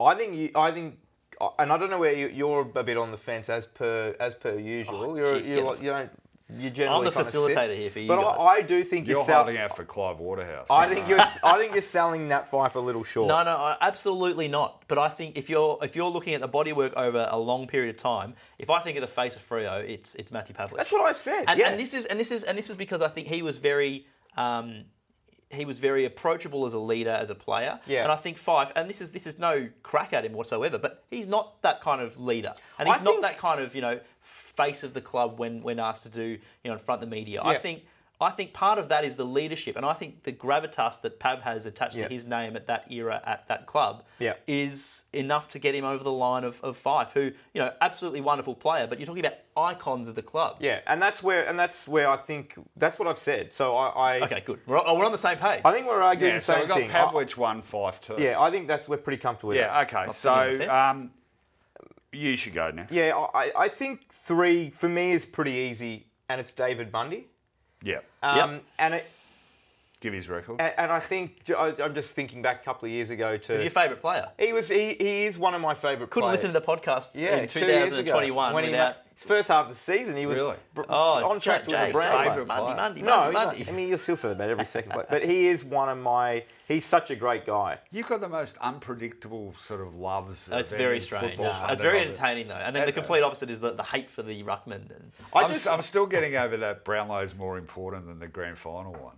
S4: I think you, I think, and I don't know where you, you're a bit on the fence as per as per usual. you're,
S3: shit,
S4: you're,
S3: Oh, get
S4: like-
S3: off.
S4: you don't. You generally
S3: I'm the
S4: kinda sit.
S3: facilitator here for you
S4: But
S3: guys.
S4: I, I do think
S5: You're
S4: you're sell-
S5: holding out for Clive Waterhouse.
S4: I
S5: (laughs)
S4: think you're I think you're selling Nat Fife a little short.
S3: No, no, I- absolutely not. But I think if you're if you're looking at the bodywork over a long period of time, if I think of the face of Frio, it's it's Matthew Pavlich.
S4: That's what I've said,
S3: And,
S4: yeah.
S3: and this is and this is and this is because I think he was very. Um, he was very approachable as a leader, as a player,
S4: Yeah.
S3: and I think Fife. And this is this is no crack at him whatsoever, but he's not that kind of leader, and he's
S4: I
S3: not
S4: think-
S3: that kind of you know face of the club when when asked to do you know in front of the media. I
S4: Yeah.
S3: think I think part of that is the leadership, and I think the gravitas that Pav has attached
S4: Yeah.
S3: to his name at that era at that club
S4: Yeah.
S3: is enough to get him over the line of, of Fife, who you know absolutely wonderful player, but you're talking about icons of the club.
S4: Yeah, and that's where and that's where I think that's what I've said. So I, I
S3: Okay, good. We're, on- we're on the same page.
S4: I think we're arguing
S5: yeah,
S4: the
S5: so
S4: same
S5: we've got
S4: thing.
S5: Pavlich 1 5 2.
S4: I, yeah, I think that's we're pretty comfortable with
S5: Yeah,
S4: that.
S5: okay.
S3: sitting on the
S5: So
S3: fence.
S5: um, you should go next.
S4: Yeah, I, I think three for me is pretty easy, and it's David Bundy.
S5: Yeah.
S4: Um, and it,
S5: Give his record.
S4: and and I think I, I'm just thinking back a couple of years ago to
S3: Who's your favourite player?
S4: he was he, he is one of my favourite.
S3: Couldn't
S4: players.
S3: listen to the podcast
S4: yeah,
S3: in
S4: two years ago,
S3: 2021
S4: when he
S3: without.
S4: ma- his first half of the season, he was
S5: Really?
S4: br-
S3: Oh,
S4: on track
S3: Jay,
S4: with
S3: Jay,
S4: the brand.
S3: favourite Monday, Monday,
S4: No,
S3: Monday,
S4: he's
S3: Monday.
S4: not, I mean you'll still say that every second play, but he is one of my. He's such a great guy.
S5: You've got the most unpredictable sort of loves.
S3: That's
S5: of
S3: Oh, very
S5: any
S3: strange.
S5: football club
S3: It's very
S5: I've ever-
S3: entertaining though, and then the complete opposite is the, the hate for the ruckman. And
S5: I'm, s- I'm still getting over that Brownlow's more important than the grand final (laughs) one.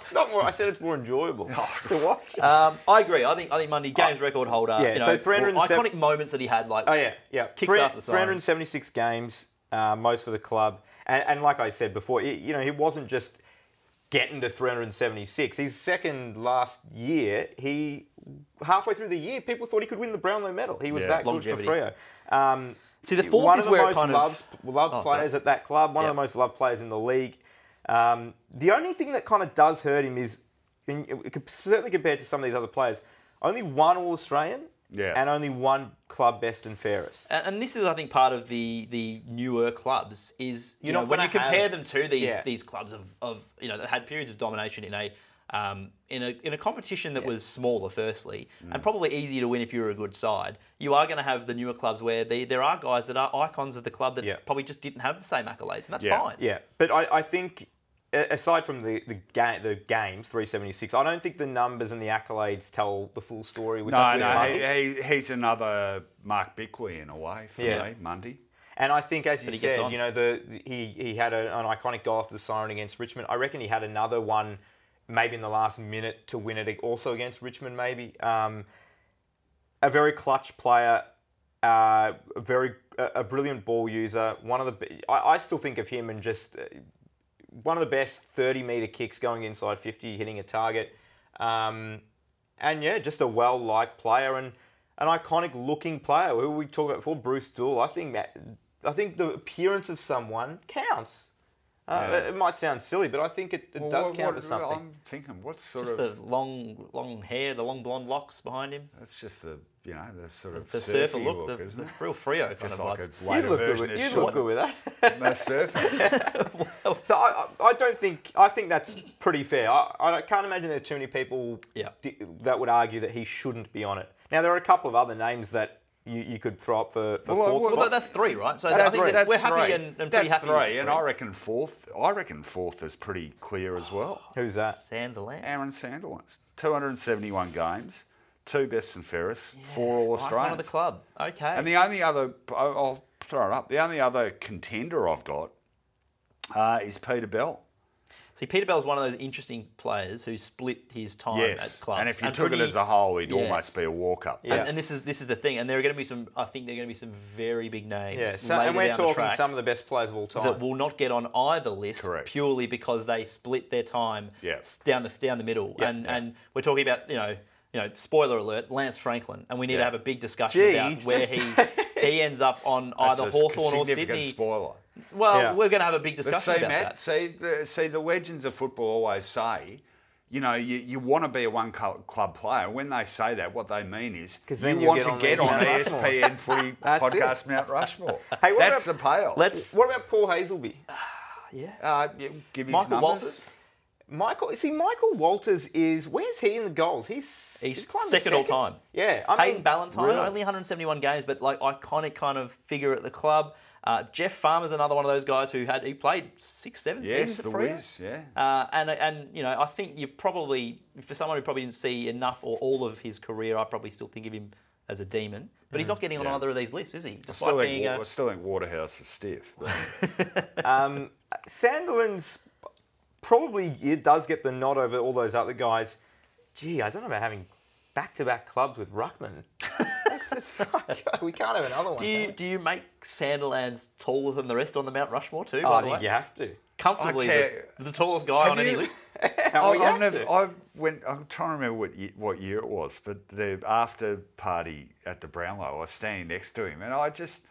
S4: It's not more. I said it's
S5: (laughs)
S4: more enjoyable to watch.
S3: Um, I agree. I think I think Monday games record holder.
S4: yeah,
S3: you know,
S4: so 307
S3: iconic moments that he had, like
S4: oh yeah, yeah.
S3: kicks
S4: Three-
S3: after the siren.
S4: 376 games, uh, most for the club, and, and like I said before, y- you know, he wasn't just getting to 376. His second last year, he halfway through the year, people thought he could win the Brownlow Medal. He was
S5: Yeah,
S4: that
S3: longevity.
S4: good for Freo. Um,
S3: See, the fourth
S4: one
S3: is
S4: of the
S3: where it
S4: most
S3: kind of-
S4: loved, loved
S3: Oh, sorry.
S4: players at that club. One
S3: Yeah.
S4: of the most loved players in the league. Um, the only thing that kind of does hurt him is, in, certainly compared to some of these other players, only one All Australian
S5: Yeah.
S4: and only one club best and fairest.
S3: And, and this is, I think, part of the the newer clubs is you
S4: You're
S3: know
S4: not
S3: when you
S4: gonna
S3: compare
S4: have-
S3: them to these
S4: yeah.
S3: these clubs of, of you know that had periods of domination in a um, in a in a competition that was smaller, firstly, and
S4: Mm.
S3: probably easier to win if you were a good side. You are going to have the newer clubs where the, there are guys that are icons of the club that
S4: Yeah.
S3: probably just didn't have the same accolades, and that's
S5: Yeah.
S3: fine.
S4: Yeah, but I, I think a- aside from the the, ga- the games, 376, I don't think the numbers and the accolades tell the full story. With
S5: No,
S4: us.
S5: no, he, he, he's another Mark Bickley in a way for
S4: Yeah.
S5: me, Mundy.
S4: And I think, as you
S3: he gets
S4: said,
S3: on.
S4: you know, the, the- he he had a, an iconic goal after the siren against Richmond. I reckon he had another one, maybe in the last minute to win it, also against Richmond. Maybe um, a very clutch player, uh, a very a, a brilliant ball user. One of the be- I, I still think of him and just uh, one of the best thirty meter kicks going inside fifty, hitting a target. Um, and yeah, just a well liked player. And an iconic looking player. Who we talk about before? Bruce Dool. I think that, I think the appearance of someone counts. Uh,
S5: Yeah.
S4: It might sound silly, but I think it, it
S5: Well,
S4: does
S5: what-
S4: count
S5: what-
S4: for something.
S5: I'm thinking, what sort
S3: Just
S5: of?
S3: the long, long hair, the long blonde locks behind him.
S5: That's just the you know the sort of
S3: The surfer
S5: surfy
S3: look,
S5: look,
S3: the,
S5: isn't
S3: the
S5: it? (laughs)
S3: real Frio kind
S5: Just
S3: of
S5: like
S3: vibes.
S5: a later
S4: you look good
S5: version
S4: with,
S5: of
S4: you look good with that.
S5: Sean surfing.
S4: So I, I I don't think I think that's pretty fair. I, I can't imagine there are too many people
S3: Yeah.
S4: di- that would argue that he shouldn't be on it. Now there are a couple of other names that you, you could throw up for, for
S5: Well,
S4: fourth
S5: well,
S4: spot.
S3: Well, that's three, right? So I
S5: That's
S3: think
S5: three.
S3: that we're
S5: That's
S3: happy
S5: three.
S3: and, and pretty
S5: That's
S3: happy. with
S5: three, and I reckon fourth. I reckon fourth is pretty clear as well.
S4: Who's that?
S3: Sand the Lamb.
S5: Aaron Sandilands, 271 games, two best and fairest, four All
S3: Icon of
S5: Australians.
S3: the club. eh? Okay.
S5: And the only other, I'll I'll throw it up. The only other contender I've got uh, is Peter Bell.
S3: See, Peter Bell's one of those interesting players who split his time at Oh, clubs.
S5: and if you took
S3: pretty-
S5: it as a whole, he'd
S3: Yes.
S5: almost be a walk-up.
S4: Yeah.
S3: And, and this is this is the thing, and there are going to be some. I think there are going to be some very big names.
S4: yeah, so,
S3: later
S4: and we're
S3: down the
S4: talking
S3: track
S4: some of the best players of all time.
S3: that will not get on either list
S5: Correct.
S3: purely because they split their time
S5: Yeah.
S3: s- down the down the middle. and
S5: yeah.
S3: and we're talking about you know you know spoiler alert Lance Franklin, and we need to
S5: Yeah.
S3: have a big discussion
S4: Gee,
S3: about
S4: he's
S3: where
S4: just-
S5: (laughs)
S3: he he ends up on
S5: That's
S3: either
S5: a
S3: Hawthorn or
S5: significant
S3: Sydney.
S5: spoiler.
S3: Well,
S4: Yeah.
S3: we're going to have a big
S5: But
S3: discussion
S5: see,
S3: about
S5: Matt,
S3: that.
S5: see, the, see, the legends of football always say, you know, you, you want to be a one cl- club player. When they say that, what they mean is
S4: 'Cause
S5: you
S4: then you
S5: want
S4: get on
S5: to get
S4: these
S5: on E ESPN
S4: Mount Rushmore.
S5: Footy
S4: That's it.
S5: Podcast Mount Rushmore.
S4: Hey, what
S5: That's
S4: about-
S5: the payoff.
S3: Let's
S4: what about Paul Hazelby?
S5: uh, yeah, give his
S3: Michael
S5: numbers.
S3: Walters.
S4: Michael, see, Michael Walters is where's he in the goals? He's
S3: He's
S4: climbed to
S3: second all time.
S4: Yeah, I
S3: Hayden
S4: mean,
S3: Ballantyne,
S4: really.
S3: only 171 games, but like iconic kind of figure at the club. Uh, Jeff Farmer's another one of those guys who had he played six, seven
S5: Yes,
S3: seasons at
S5: the
S3: Freo.
S5: whiz. Yeah.
S3: Uh, and and you know I think you probably for someone who probably didn't see enough or all of his career, I probably still think of him as a demon. But
S4: Mm,
S3: he's not getting on
S5: Yeah.
S3: either of these lists, is he? Despite
S5: Still think,
S3: being
S5: Wa-
S3: a,
S5: I still think Waterhouse is stiff. but-
S4: Sandilands probably it does get the nod over all those other guys. Gee, I don't know about having back-to-back clubs with Ruckman.
S3: (laughs)
S4: That's just fuck. We can't have another one.
S3: do you do you make Sanderlands taller than the rest on the Mount Rushmore too?
S4: Oh,
S3: by
S4: I
S3: the
S4: think
S3: way?
S4: you have to.
S3: comfortably
S5: I tell
S3: the, the tallest guy
S5: Have
S3: on any
S5: you-
S3: list.
S4: Oh, you
S5: I,
S4: have
S5: I've never,
S4: to.
S5: I went. I'm trying to remember what year, what year it was, but the after party at the Brownlow, I was standing next to him, and I just,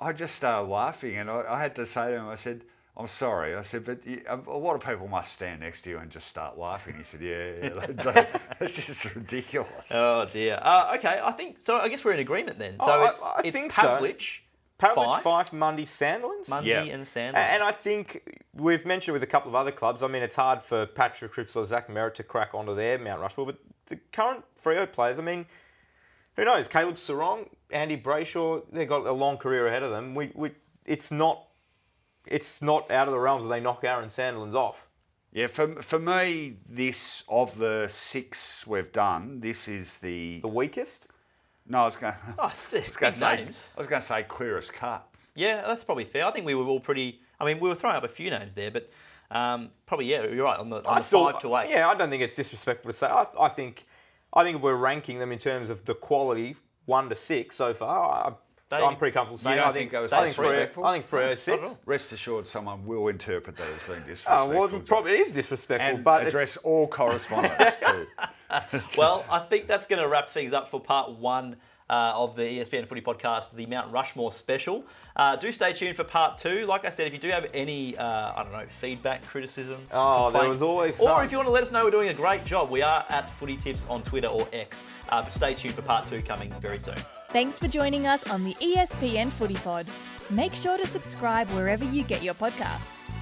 S5: I just started laughing, and I, I had to say to him, I said, "I'm sorry," I said, "But you, a a lot of people must stand next to you and just start laughing." He said, "Yeah, yeah, (laughs) they do. it's just ridiculous."
S3: Oh dear. Uh, okay, I think so. I guess we're in agreement then. So
S4: Oh, I-
S3: it's
S4: I
S3: it's
S4: think so.
S3: Pavlich,
S4: Pavlich,
S3: Fife,
S4: Fife, Mundy, Sandilands.
S3: Mundy,
S5: Yeah.
S3: and Sanders.
S4: A- And I think we've mentioned with a couple of other clubs. I mean, it's hard for Patrick Cripps or Zach Merritt to crack onto their Mount Rushmore, but the current Freo players, I mean, who knows? Caleb Sarong, Andy Brayshaw, they've got a long career ahead of them. We, we, it's not, it's not out of the realms that they knock Aaron Sandilands off.
S5: Yeah, for for me, this of the six we've done, this is the,
S4: The weakest.
S5: no. I was going.
S3: oh, it's, it's
S5: to
S3: big
S5: say,
S3: names.
S5: I was going to say clearest cut.
S3: Yeah, that's probably fair. I think we were all pretty. I mean, we were throwing up a few names there, but um, probably yeah, you're right on the, on the five to eight.
S4: Yeah, I don't think it's disrespectful to say. I, I think, I think if we're ranking them in terms of the quality, one to six so far, I,
S3: They-
S4: I'm pretty comfortable saying.
S5: don't
S4: I
S5: think
S4: think,
S5: that was
S4: I think
S5: disrespectful?
S4: Freo, I think Freo
S3: Not at
S4: six.
S3: all.
S5: Rest assured, someone will interpret that as being
S4: Oh,
S5: disrespectful.
S4: well,
S5: John.
S4: probably it is disrespectful,
S5: and
S4: but
S5: address
S4: it's,
S5: all
S4: (laughs)
S5: correspondence too.
S3: Well, I think that's going to wrap things up for part one. Uh, of the ESPN Footy Podcast, the Mount Rushmore special. Uh, do stay tuned for part two. Like I said, if you do have any, uh, I don't know, feedback, criticism,
S4: Oh, there
S3: complaints,
S4: was always
S3: or
S4: some.
S3: if you want to let us know we're doing a great job, we are at Footy Tips on Twitter or X. Uh, but stay tuned for part two coming very soon.
S2: Thanks for joining E us on the ESPN Footy Pod. Make sure to subscribe wherever you get your podcasts.